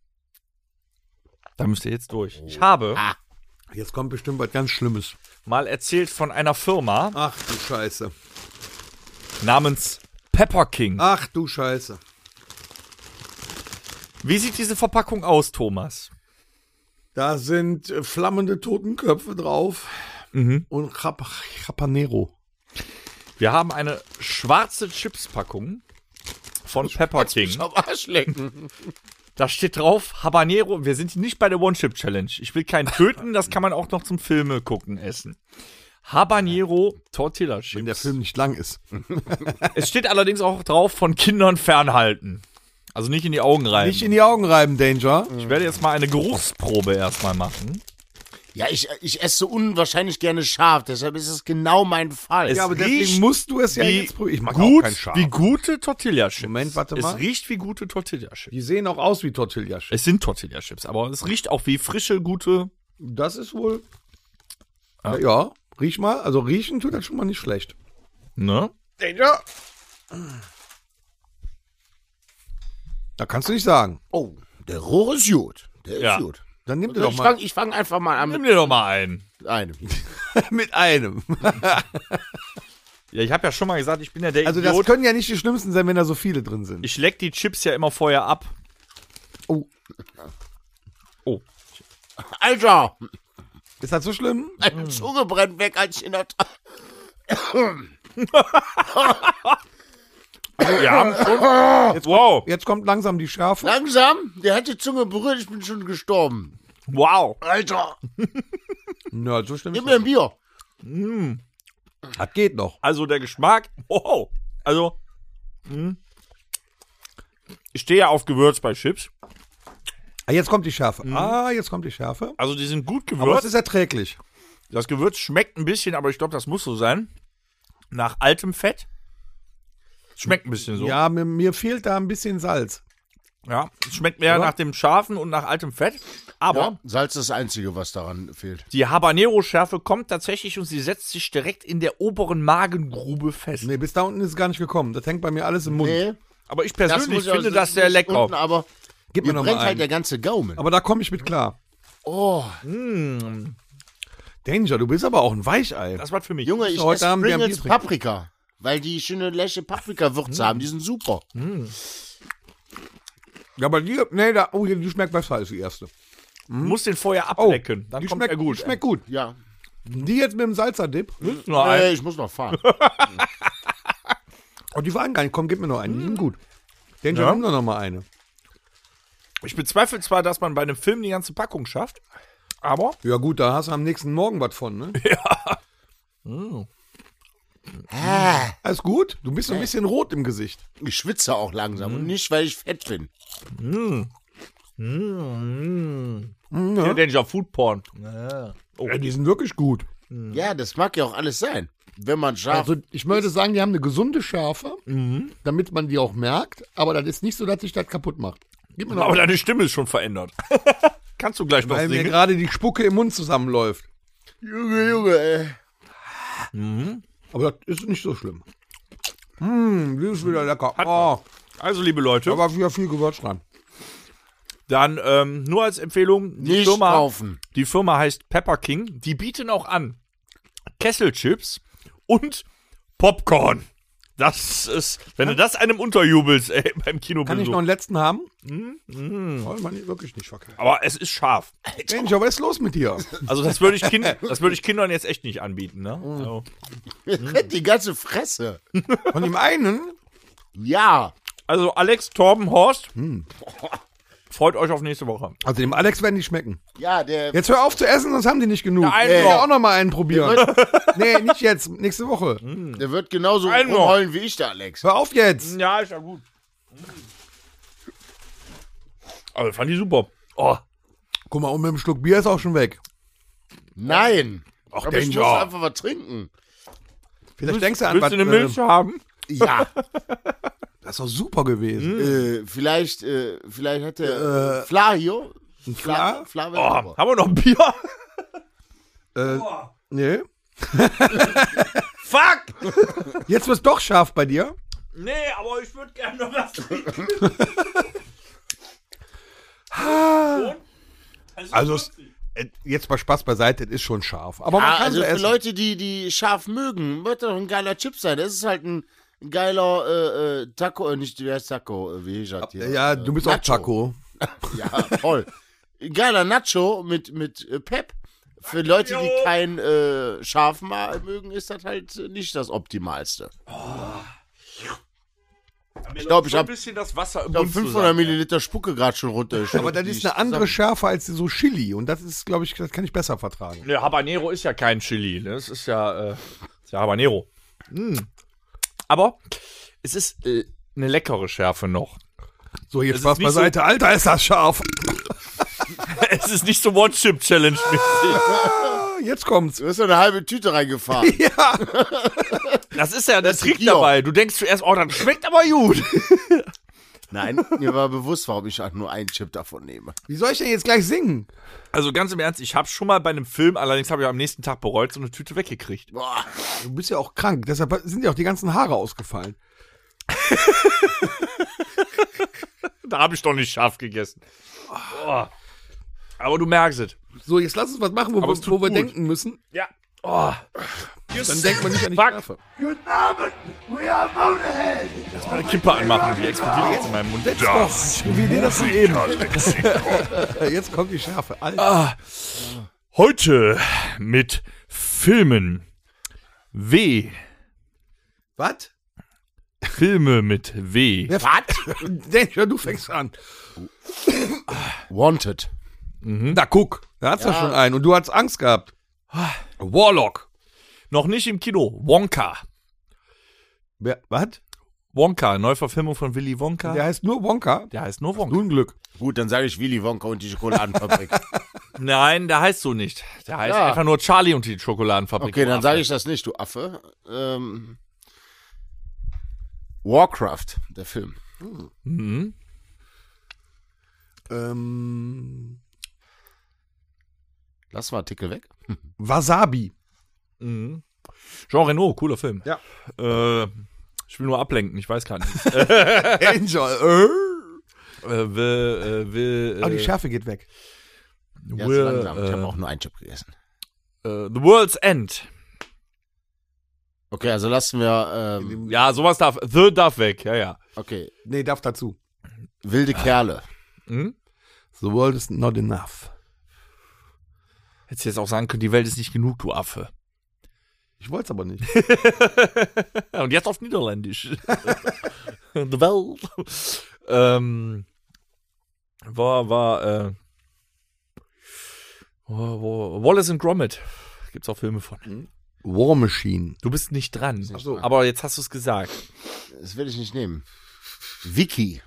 S4: Da müsst ihr jetzt durch. Ich habe
S2: Oh. Ah. Jetzt kommt bestimmt was ganz Schlimmes.
S4: mal erzählt von einer Firma
S2: Ach du Scheiße.
S4: namens Pepper King.
S2: Ach du Scheiße.
S4: Wie sieht diese Verpackung aus, Thomas?
S2: Da sind äh, flammende Totenköpfe drauf.
S4: Mhm.
S2: Und Jap Japanero.
S4: Wir haben eine schwarze Chipspackung von Pepper King.
S3: Am Arsch lecken.
S4: Da steht drauf, Habanero, wir sind nicht bei der One-Chip-Challenge. Ich will keinen töten, das kann man auch noch zum Filme gucken essen. Habanero Tortilla Chips.
S2: Wenn der Film nicht lang ist.
S4: Ähm. Es steht allerdings auch drauf, von Kindern fernhalten. Also nicht in die Augen rein.
S2: Nicht in die Augen reiben, Danger.
S4: ich werde jetzt mal eine Geruchsprobe erstmal machen.
S3: Ja, ich, ich esse unwahrscheinlich gerne scharf, deshalb ist es genau mein Fall.
S4: Es-
S2: Ja, aber
S4: riecht
S2: deswegen musst du es ja
S4: Wie
S2: jetzt probieren. Ich mag
S4: gut,
S2: auch keinen Schaf.
S4: Wie gute Tortilla Chips.
S2: Moment, warte mal.
S4: Es riecht wie gute Tortilla Chips.
S2: Die sehen auch aus wie tortilla
S4: Es sind Tortilla Chips, aber es riecht auch wie frische, gute.
S2: Das ist wohl.
S4: Ah.
S2: Ja. ja, riech mal. Also riechen tut das schon mal nicht schlecht.
S4: Ne?
S2: Danger! Da kannst du nicht sagen.
S3: oh, der Rohr ist gut. Der
S4: Ja.
S3: ist gut.
S2: Dann nimm dir doch
S3: Ich
S2: mal
S3: fange ich fang einfach mal an
S4: Nimm
S3: mit
S4: dir doch mal einen.
S3: einem.
S2: mit einem.
S4: Ja, ich habe ja schon mal gesagt, ich bin ja der
S2: Also das
S4: Idiot.
S2: können ja nicht die schlimmsten sein, wenn da so viele drin sind.
S4: Ich leck die Chips ja immer vorher ab.
S2: Oh.
S4: Oh.
S3: Alter,
S2: Ist das so schlimm?
S3: meine Zunge brennt weg, als ich in der Tat.
S4: Wir haben schon.
S2: Ah.
S4: Jetzt, wow.
S2: Jetzt kommt langsam die Schärfe.
S3: Langsam, der hat die Zunge berührt, ich bin schon gestorben.
S4: Wow.
S3: Alter,
S2: Nö, so schlimm
S3: gib
S2: ist
S3: mir
S2: das.
S3: ein Bier.
S2: nicht. Das geht noch.
S4: Also der Geschmack. Wow. Also. Mh. Ich stehe ja auf Gewürz bei Chips.
S2: Ah, Jetzt kommt die Schärfe.
S4: Mhm.
S2: Ah, jetzt kommt die Schärfe.
S4: Also die sind gut
S2: Aber es
S4: gewürzt.
S2: ist erträglich.
S4: Das Gewürz schmeckt ein bisschen, aber ich glaube, das muss so sein. Nach altem Fett. Schmeckt ein bisschen so.
S2: Ja, mir, mir fehlt da ein bisschen Salz.
S4: ja. Es Schmeckt mehr nach dem Scharfen und nach altem Fett. Aber
S3: Ja, Salz ist das Einzige, was daran fehlt.
S4: Die Habanero-Schärfe kommt tatsächlich und sie setzt sich direkt in der oberen Magengrube fest.
S2: Nee, bis da unten ist es gar nicht gekommen. Das hängt bei mir alles im Mund.
S3: Nee,
S4: Aber ich
S3: das muss
S4: persönlich
S3: ich
S4: finde das sehr lecker.
S3: Unten, aber
S2: Gib mir
S3: mir
S2: noch mal
S3: brennt
S2: einen.
S3: halt der ganze Gaumen.
S2: Aber da komme ich mit klar.
S3: oh,
S2: Danger, du bist aber auch ein Weichei.
S4: das war für mich.
S3: Junge, ich
S2: Heute
S3: esse
S2: Abend werden
S3: Pringles
S2: Bier trinken.
S3: Paprika. weil die schöne läsche Paprikawürze haben. Die sind super.
S2: Ja, aber die, nee, da, oh, die schmeckt besser als die erste.
S4: Muss den vorher
S2: Oh,
S4: ablecken. dann
S2: die
S4: kommt
S2: schmeckt
S4: er gut. Mhm.
S2: Die schmeckt gut.
S3: Ja.
S2: Die jetzt mit dem Salzerdip.
S4: Nein.
S3: Äh, ich muss noch fahren.
S2: Oh, die waren gar nicht. Komm, gib mir noch einen. Die sind gut. Den
S4: Ja.
S2: ja. nimm doch noch mal eine.
S4: Ich bezweifle zwar, dass man bei einem Film die ganze Packung schafft, aber
S2: Ja, gut, da hast du am nächsten Morgen was von, ne? Hm.
S3: Ah,
S2: Alles gut? Du bist ein bisschen rot im Gesicht.
S3: ich schwitze auch langsam und nicht, weil ich fett bin.
S4: ja. Danger Food Porn. Oh.
S2: Ja, die sind wirklich gut.
S3: Ja, das mag ja auch alles sein. Wenn man scharf.
S7: Also ich würde sagen, die haben eine gesunde Schärfe, damit man die auch merkt, aber das ist nicht so, dass sich das kaputt macht. Gib mir noch
S4: Genau, Aber deine Stimme ist schon verändert. Kannst du gleich noch
S2: Weil mir
S4: singen?
S2: gerade die Spucke im Mund zusammenläuft.
S3: Junge, Junge, ey.
S2: Aber das ist nicht so schlimm. Mh, Hm, die ist wieder lecker. Oh,
S4: Also, liebe Leute,
S2: da war wieder viel Gewürz dran.
S4: dann ähm, nur als Empfehlung, die
S3: Nicht
S4: Firma,
S3: kaufen.
S4: die Firma heißt Pepper King. Die bieten auch an Kesselchips und Popcorn. Das ist, wenn du das einem unterjubelst, ey, beim
S2: Kann ich noch
S4: Kinobesuch.
S2: einen letzten haben?
S4: Hm,
S2: Mhm. Soll man nicht- wirklich nicht verkehrt.
S4: Aber es ist scharf.
S2: Danger, was ist los mit dir?
S4: Also das würde ich, kind, das würde ich Kindern jetzt echt nicht anbieten, ne? Also,
S3: Die ganze Fresse.
S2: Von dem einen?
S3: Ja.
S4: Also Alex, Torben, Horst,
S3: Hm.
S4: freut euch auf nächste Woche.
S2: Also dem Alex werden die schmecken.
S3: Ja, der.
S2: Jetzt hör auf zu essen, sonst haben die nicht genug.
S4: Ja, also. einen
S2: ich will
S4: noch.
S2: auch noch mal einen probieren. nee, nicht jetzt, nächste Woche.
S4: Hm.
S3: Der wird genauso
S4: Ein noch.
S3: rumheulen wie ich, der Alex.
S2: Hör auf jetzt.
S4: Ja, ist ja gut. Aber Also, fand ich super. Oh,
S2: Guck mal, und mit dem Schluck Bier ist auch schon weg.
S3: Nein.
S4: Ach,
S3: Aber ich muss
S4: Danger.
S3: einfach was trinken.
S2: Vielleicht denkst du an
S4: willst
S2: was.
S4: du eine Milch
S2: äh,
S4: haben? Hm?
S3: Ja.
S2: das ist doch super gewesen.
S3: äh, vielleicht, äh, vielleicht hat der. Äh, Fla hier. Fla? Fla wäre
S4: Oh,
S3: super.
S4: haben wir noch ein Bier?
S2: Äh, nee.
S4: Fuck!
S2: Jetzt wird's doch scharf bei dir.
S4: Nee, aber ich würde gerne noch was trinken.
S2: Also es- äh, jetzt mal Spaß beiseite, es ist schon scharf. Aber man
S3: Ah,
S2: kann
S3: also
S2: sie
S3: für
S2: essen.
S3: Leute, die, die scharf mögen, wird doch ein geiler Chip sein. Das ist halt ein geiler äh, äh, Taco, äh, nicht wie heißt Taco, äh, wie ich sagt hier.
S2: ja, du bist auch
S3: Nacho.
S2: Taco.
S3: Ja, voll. Ein Geiler Nacho mit, mit äh, Pep. Für Leute, die kein äh, Schaf mal mögen, ist das halt nicht das Optimalste.
S4: Ich
S3: glaub, ich
S4: so ein
S3: hab-
S4: bisschen das Wasser im
S3: Ich glaube,
S4: Mund
S3: 500
S4: zusammen.
S3: Milliliter Spucke gerade schon runter.
S2: Aber das ist eine andere Schärfe als so Chili. Und das ist, glaube ich, das kann ich besser vertragen.
S4: Ne, Habanero ist ja kein Chili. Ne? Das ist ja, äh, ist ja Habanero. Mm. Aber es ist äh, eine leckere Schärfe noch.
S2: So, jetzt
S4: ist
S2: Spaß
S4: nicht so-
S2: beiseite. Alter, ist das scharf.
S4: es ist nicht so One-Chip-Challenge-mäßig.
S2: Ah, Jetzt kommt's.
S3: Du hast ja eine halbe Tüte reingefahren.
S4: Das ist ja der Trick
S3: Gier.
S4: dabei. Du denkst zuerst, oh, das schmeckt aber gut.
S3: Nein, mir war bewusst, warum ich auch nur einen Chip davon nehme.
S2: Wie soll ich denn jetzt gleich singen?
S4: Also ganz im Ernst, ich habe schon mal bei einem Film, allerdings habe ich am nächsten Tag bereut, so eine Tüte weggekriegt.
S3: Boah.
S2: Du bist ja auch krank. Deshalb sind ja auch die ganzen Haare ausgefallen.
S4: Da habe ich doch nicht scharf gegessen. Oh. Aber du merkst es.
S2: So, jetzt lass uns was machen, wo,
S4: Aber es
S2: wir,
S4: tut
S2: wo wir
S4: gut.
S2: denken müssen.
S4: Ja. Oh.
S2: Dann denkt man nicht an die
S4: Fuck.
S2: Schärfe.
S4: Eine Kippe anmachen, die explodiert jetzt in meinem Mund.
S2: Doch, wie dir das denn eben. Äh, Jetzt kommt die Schärfe. Alter.
S4: Heute mit Filmen. W.
S2: Was?
S4: Filme mit W.
S2: Was? du fängst an.
S3: Wanted.
S4: Mhm.
S2: Na guck, da hat's ja. schon einen und du hast Angst gehabt. Warlock.
S4: Noch nicht im Kino. Wonka.
S2: Wer, was?
S4: Wonka, Neuverfilmung von Willy Wonka.
S2: Der heißt nur Wonka.
S4: Der heißt nur Wonka.
S2: Unglück.
S3: Gut, dann sage ich Willy Wonka und die Schokoladenfabrik.
S4: Nein, der heißt so nicht. Der heißt
S3: Ja.
S4: einfach nur Charlie und die Schokoladenfabrik.
S3: Okay, dann sage ich das nicht, du Affe. Ähm, Warcraft, der Film.
S2: Ähm,
S3: Lass mal Artikel weg.
S2: Wasabi.
S4: Mhm. Jean Reno, cooler Film.
S2: Ja.
S4: Äh, ich will nur ablenken, ich weiß gar nicht. äh,
S2: Angel.
S4: will, äh, will, äh,
S2: Äh. Oh, die Schärfe geht weg.
S3: Ja,
S4: will,
S3: so langsam. Ich
S4: äh,
S3: habe auch nur einen Chip gegessen.
S4: äh, The World's End.
S3: Okay, also lassen wir. Ähm,
S4: Ja, sowas darf. The darf weg, ja, ja.
S3: okay,
S2: Nee, darf dazu.
S3: wilde Kerle.
S2: The world is not enough.
S4: Hättest du jetzt auch sagen können, die Welt ist nicht genug, du Affe.
S2: Ich wollte es aber nicht.
S4: Und jetzt auf Niederländisch. The Welt. Ähm, war, war, äh, wo, wo, Wallace and Gromit. Gibt's auch Filme von.
S2: War Machine.
S4: Du bist Mhm. nicht dran. Aber jetzt hast du es gesagt.
S3: Das will ich nicht nehmen. Vicky.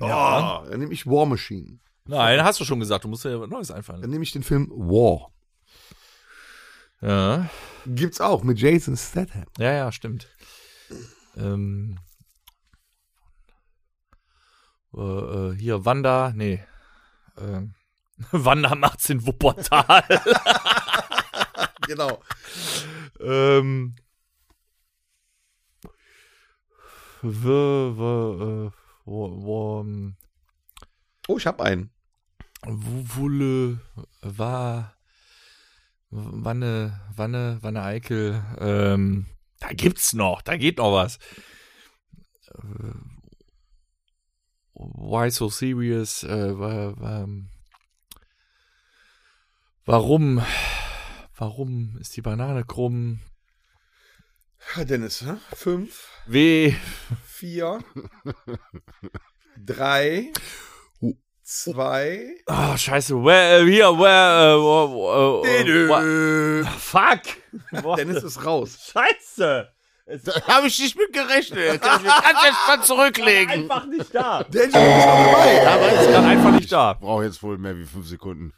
S2: Ja. Dann nehme ich War Machine.
S4: Nein, hast du schon gesagt. Du musst dir was Neues einfallen.
S2: Dann nehme ich den Film War.
S4: Ja,
S2: Gibt's auch mit Jason Statham.
S4: ja, ja stimmt. Ähm, äh, äh, hier, Wanda, nee. Ähm, Wanda macht's in Wuppertal.
S2: Genau.
S4: ähm, w, w, äh, wo, wo, ähm,
S2: Oh, ich habe einen.
S4: wo, wolle, war, Wanne, Wanne, Wanne Eickel, ähm, da gibt's noch, da geht noch was. Äh, Why so serious, äh, wa- wa- warum, warum ist die Banane krumm?
S2: Ah, Dennis, hä? fünf,
S4: Weh,
S2: vier, drei, zwei.
S4: Ah, scheiße. Where, äh, hier, where, äh, wo- wo- äh, wo- Fuck.
S2: Dennis ist raus.
S4: scheiße.
S3: Da habe ich nicht mit gerechnet. Kann ich mir ganz entspannt zurücklegen.
S4: Einfach nicht da.
S2: Dennis ist dabei.
S3: Ja, weiß ich
S4: Dann einfach nicht da.
S3: brauche jetzt wohl mehr wie fünf Sekunden.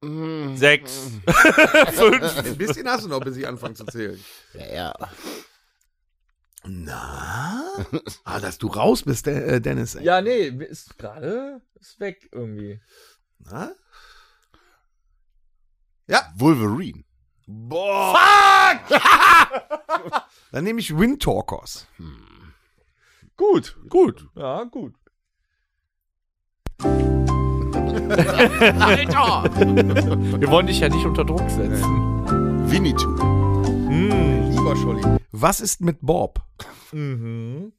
S4: Mhm.
S3: Mm,
S4: Sechs.
S2: Ein bisschen hast du noch, bis ich anfange zu zählen.
S3: ja, ja.
S2: Na? Ah, dass du raus bist, De- äh, Dennis. ey.
S4: Ja, nee, ist gerade, ist weg irgendwie.
S2: Na?
S3: Wolverine.
S2: Dann nehme ich Windtalkers.
S4: Gut, gut. Ja, gut. Wir wollen dich ja nicht unter Druck setzen.
S3: Winnetou.
S2: Hm, Lieber Scholli. Was ist mit Bob?
S4: Mhm.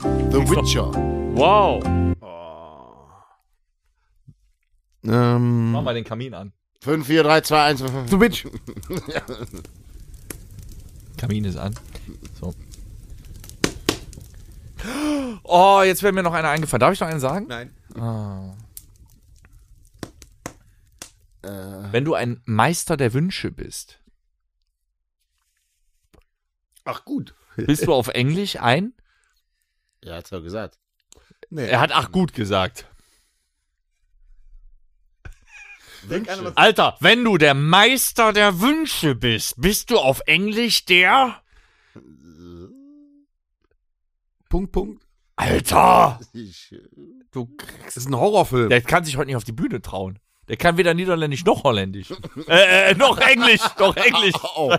S3: The Witcher.
S4: Wow. Mach
S2: Ähm,
S4: mal den Kamin an.
S3: 5, 4, 3, 2, 1.
S2: The Witch.
S4: Kamin ist an. So. Oh, jetzt wäre mir noch einer eingefallen. Darf ich noch einen sagen? Ah.
S2: Nein.
S4: Wenn du ein Meister der Wünsche bist,
S2: Ach gut.
S4: bist du auf Englisch ein?
S3: Ja, hat's doch gesagt.
S2: Nee.
S4: Er hat ach gut gesagt.
S3: Wünsche.
S4: Alter, wenn du der Meister der Wünsche bist, bist du auf Englisch der?
S2: Punkt, Punkt.
S4: Alter!
S3: Ich, äh,
S4: Du,
S2: Das ist ein Horrorfilm.
S4: der kann sich heute nicht auf die Bühne trauen. Der kann weder Niederländisch noch Holländisch. äh, äh, noch Englisch, noch Englisch.
S3: Oh.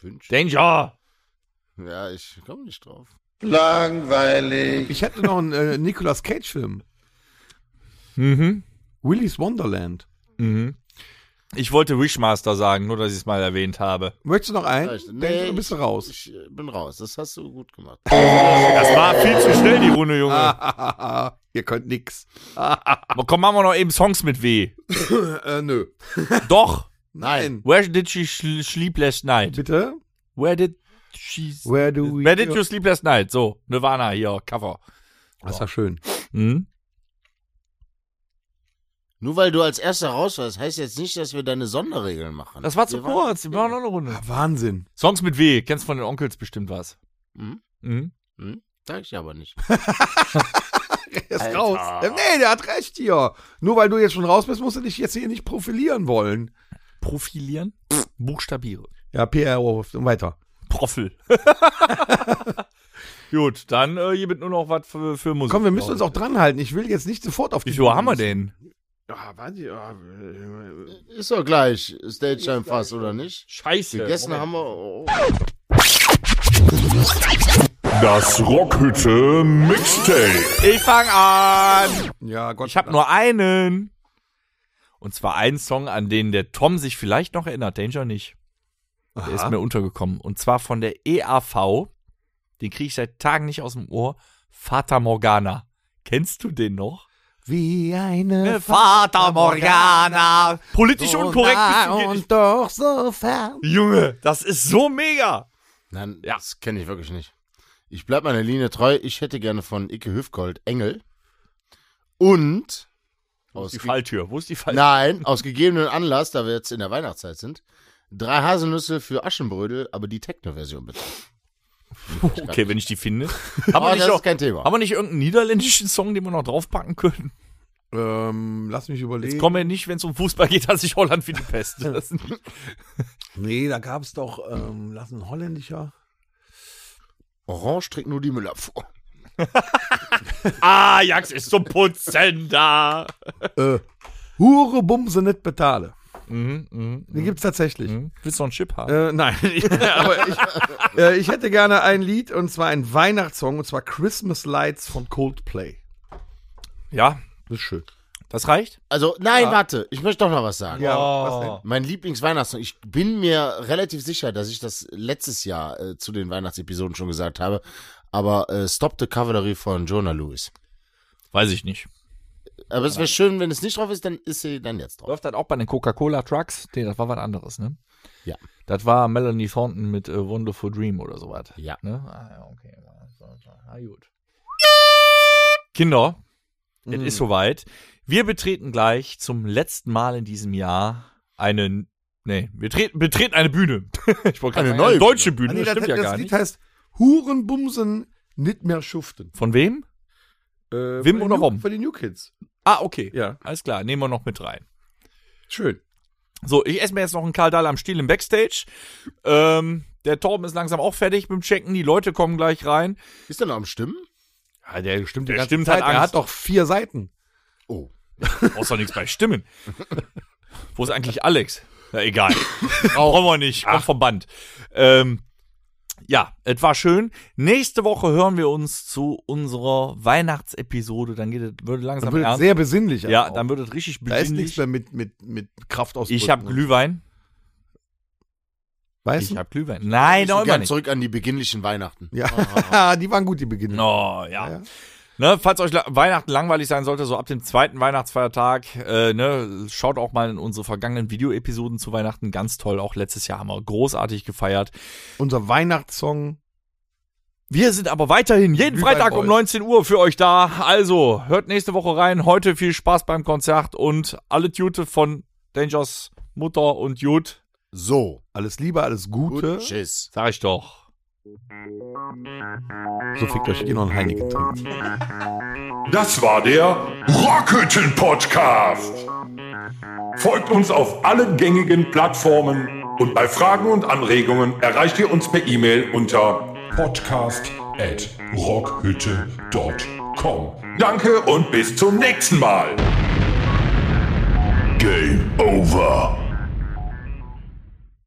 S3: Wünsche.
S4: Danger!
S3: Ja, ich komme nicht drauf.
S2: Ich hätte noch einen äh, Nicolas Cage-Film.
S4: Mhm.
S2: Willy's Wonderland.
S4: Mhm. Ich wollte Wishmaster sagen, nur dass ich es mal erwähnt habe.
S2: Möchtest du noch einen?
S3: Vielleicht-
S2: Denk, du bist
S3: ich-
S2: raus.
S3: Ich äh, bin raus. Das hast du gut gemacht.
S4: Das war viel zu schnell, die Runde, Junge.
S2: Ihr könnt nix.
S4: Aber komm, machen wir noch eben Songs mit W.
S2: Äh, nö.
S4: Doch.
S2: Nein.
S4: Where did she sl- sleep last night?
S2: Bitte?
S4: Where did she...
S2: Where do we
S4: Where did you sleep last night? So, Nirvana hier, Cover.
S2: Das ist ja schön.
S4: Hm?
S3: Nur weil du als erster raus warst, heißt jetzt nicht, dass wir deine Sonderregeln machen.
S4: Das war zu
S3: Wir
S4: kurz. Wir machen noch eine Runde.
S2: Ah, Wahnsinn.
S4: Songs mit W. Kennst von den Onkels bestimmt was.
S3: Mhm.
S4: Mhm.
S3: Hm? Sag ich aber nicht.
S2: Er ist raus. Äh, Nee, der hat recht hier. Nur weil du jetzt schon raus bist, musst du dich jetzt hier nicht profilieren wollen.
S4: Profilieren. Buchstabiere.
S2: Ja, PR und weiter.
S4: Profil. Gut, dann äh, hier wird nur noch was für, für Musik.
S2: Komm, wir müssen uns auch dran halten. Ich will jetzt nicht sofort auf die.
S4: Wieso haben wir den?
S2: Ja, weiß ich, ja.
S3: Ist doch gleich. Stage Time fast, oder nicht?
S4: Scheiße.
S3: Gegessen haben wir. Oh.
S1: Das Rockhütte Mixtape.
S4: Ich fang an.
S2: ja, Gott.
S4: Ich hab nur einen. Und zwar einen Song, an den der Tom sich vielleicht noch erinnert, Danger nicht. Der ist mir untergekommen. Und zwar von der EAV. Den kriege ich seit Tagen nicht aus dem Ohr. Fata Morgana. Kennst du den noch?
S2: Wie eine
S4: Fata Äh, Morgana. Politisch unkorrekt bist du hier nicht.
S2: und doch so fern.
S4: Junge, das ist so mega.
S3: Nein,
S4: Ja.
S3: das kenne ich wirklich nicht. Ich bleib meiner Linie treu. Ich hätte gerne von Icke Hüfgold Engel. Und aus
S4: Die
S3: ge-
S4: Falltür. Wo ist die Falltür?
S3: Nein, aus gegebenen Anlass, da wir jetzt in der Weihnachtszeit sind, drei Haselnüsse für Aschenbrödel, aber die Techno-Version bitte.
S4: Oh, okay, wenn ich die finde. Haben wir
S3: Aber Oh, das
S4: nicht,
S3: ist
S4: noch,
S3: kein Thema.
S4: haben wir nicht irgendeinen niederländischen Song, den wir noch draufpacken können?
S2: Ähm, lass mich überlegen.
S4: Jetzt kommen wir nicht, wenn es um Fußball geht, dass ich Holland wie die Pest. Das ist nicht-
S2: Nee, da gab es doch, ähm, lass ein holländischer.
S3: Orange trägt nur die Müllabfuhr.
S4: Ajax ist zum Putzen da.
S2: Hure Bumse nicht betale.
S4: Mhm, mhm,
S2: Den gibt's tatsächlich.
S4: mhm. Willst du noch einen Chip haben?
S2: Äh, nein, aber ich, äh, ich hätte gerne ein Lied und zwar ein Weihnachtssong und zwar Christmas Lights von Coldplay.
S4: Ja,
S2: Das ist schön.
S4: das reicht.
S3: Also, nein, warte, ich möchte doch noch was sagen.
S2: Ja,
S4: Oh.
S2: was denn?
S3: Mein Lieblingsweihnachtssong. Ich bin mir relativ sicher, dass ich das letztes Jahr äh, zu den Weihnachtsepisoden schon gesagt habe. Aber äh, Stop the Cavalry von Jonah Lewis.
S4: Weiß ich nicht.
S3: Aber es wäre schön, wenn es nicht drauf ist, dann ist sie dann jetzt drauf.
S4: Läuft das auch bei den Coca-Cola Trucks? Nee, das war was anderes, ne?
S3: Ja.
S4: Das war Melanie Thornton mit äh, Wonderful Dream oder sowas.
S3: Ja.
S4: Ne? Ah, ja, okay. Ah, gut. Kinder, es ist soweit. Wir betreten gleich zum letzten Mal in diesem Jahr eine. Nee, wir treten, betreten eine Bühne. ich wollte gerade
S3: Eine
S4: sagen,
S3: neue
S4: eine deutsche
S2: Ah,
S4: Bühne.
S2: nee,
S4: das stimmt ja
S2: das
S4: gar
S2: Lied
S4: nicht.
S2: heißt Hurenbumsen nicht mehr schuften.
S4: Von wem?
S2: Äh, von
S4: Wim
S2: den
S4: oder
S2: New-
S4: Wom?
S2: Von den New Kids.
S4: Ah, okay.
S2: Ja.
S4: Alles klar, nehmen wir noch mit rein.
S2: Schön.
S4: So, ich esse mir jetzt noch einen Karl Dahl am Stiel im Backstage. Ähm, der Torben ist langsam auch fertig mit dem Checken. Die Leute kommen gleich rein.
S3: Ist er noch am Stimmen?
S2: Ja, der stimmt halt
S4: Der
S2: die ganze
S4: stimmt
S2: Zeit.
S4: hat Angst.
S2: Er hat doch vier Seiten.
S3: Oh.
S4: Brauchst doch nichts bei Stimmen. Wo ist eigentlich Alex? Na egal. Brauchen wir nicht. Kommt vom Band. Ähm, ja, es war schön. Nächste Woche hören wir uns zu unserer Weihnachtsepisode. Dann geht es, würde langsam
S2: Das wird
S4: ernst.
S2: sehr besinnlich.
S4: ja,
S2: aber auch.
S4: dann wird es richtig
S2: da ist nichts
S4: besinnlich.
S2: mehr mit, mit, mit Kraft aus.
S4: Ich habe Glühwein.
S2: Weißt
S4: Ich
S2: du?
S4: habe Glühwein. Nein,
S3: Wir
S4: noch Genau,
S3: sind
S4: immer
S3: ganz
S4: nicht.
S3: zurück an die beginnlichen Weihnachten.
S2: Ja, die waren gut, die Beginne.
S4: Oh, ja.
S2: Ja.
S4: Ne, falls euch la- Weihnachten langweilig sein sollte, so ab dem zweiten Weihnachtsfeiertag, äh, ne, schaut auch mal in unsere vergangenen Videoepisoden zu Weihnachten. Ganz toll. Auch letztes Jahr haben wir großartig gefeiert.
S2: Unser Weihnachtssong.
S4: Wir sind aber weiterhin jeden
S2: Glühwein
S4: Freitag um
S2: Boys.
S4: 19 Uhr für euch da. Also, hört nächste Woche rein. Heute viel Spaß beim Konzert und alle Tute von Dangers Mutter und Jude.
S3: So.
S2: Alles Liebe, alles Gute.
S3: Gut. Tschüss.
S4: Sag ich doch.
S2: So fickt euch ihr noch ein Heineken trinkt.
S1: Das war der Rockhütten Podcast. Folgt uns auf allen gängigen Plattformen und bei Fragen und Anregungen erreicht ihr uns per E-Mail unter podcast@rockhütte.com. Danke und bis zum nächsten Mal. Game over.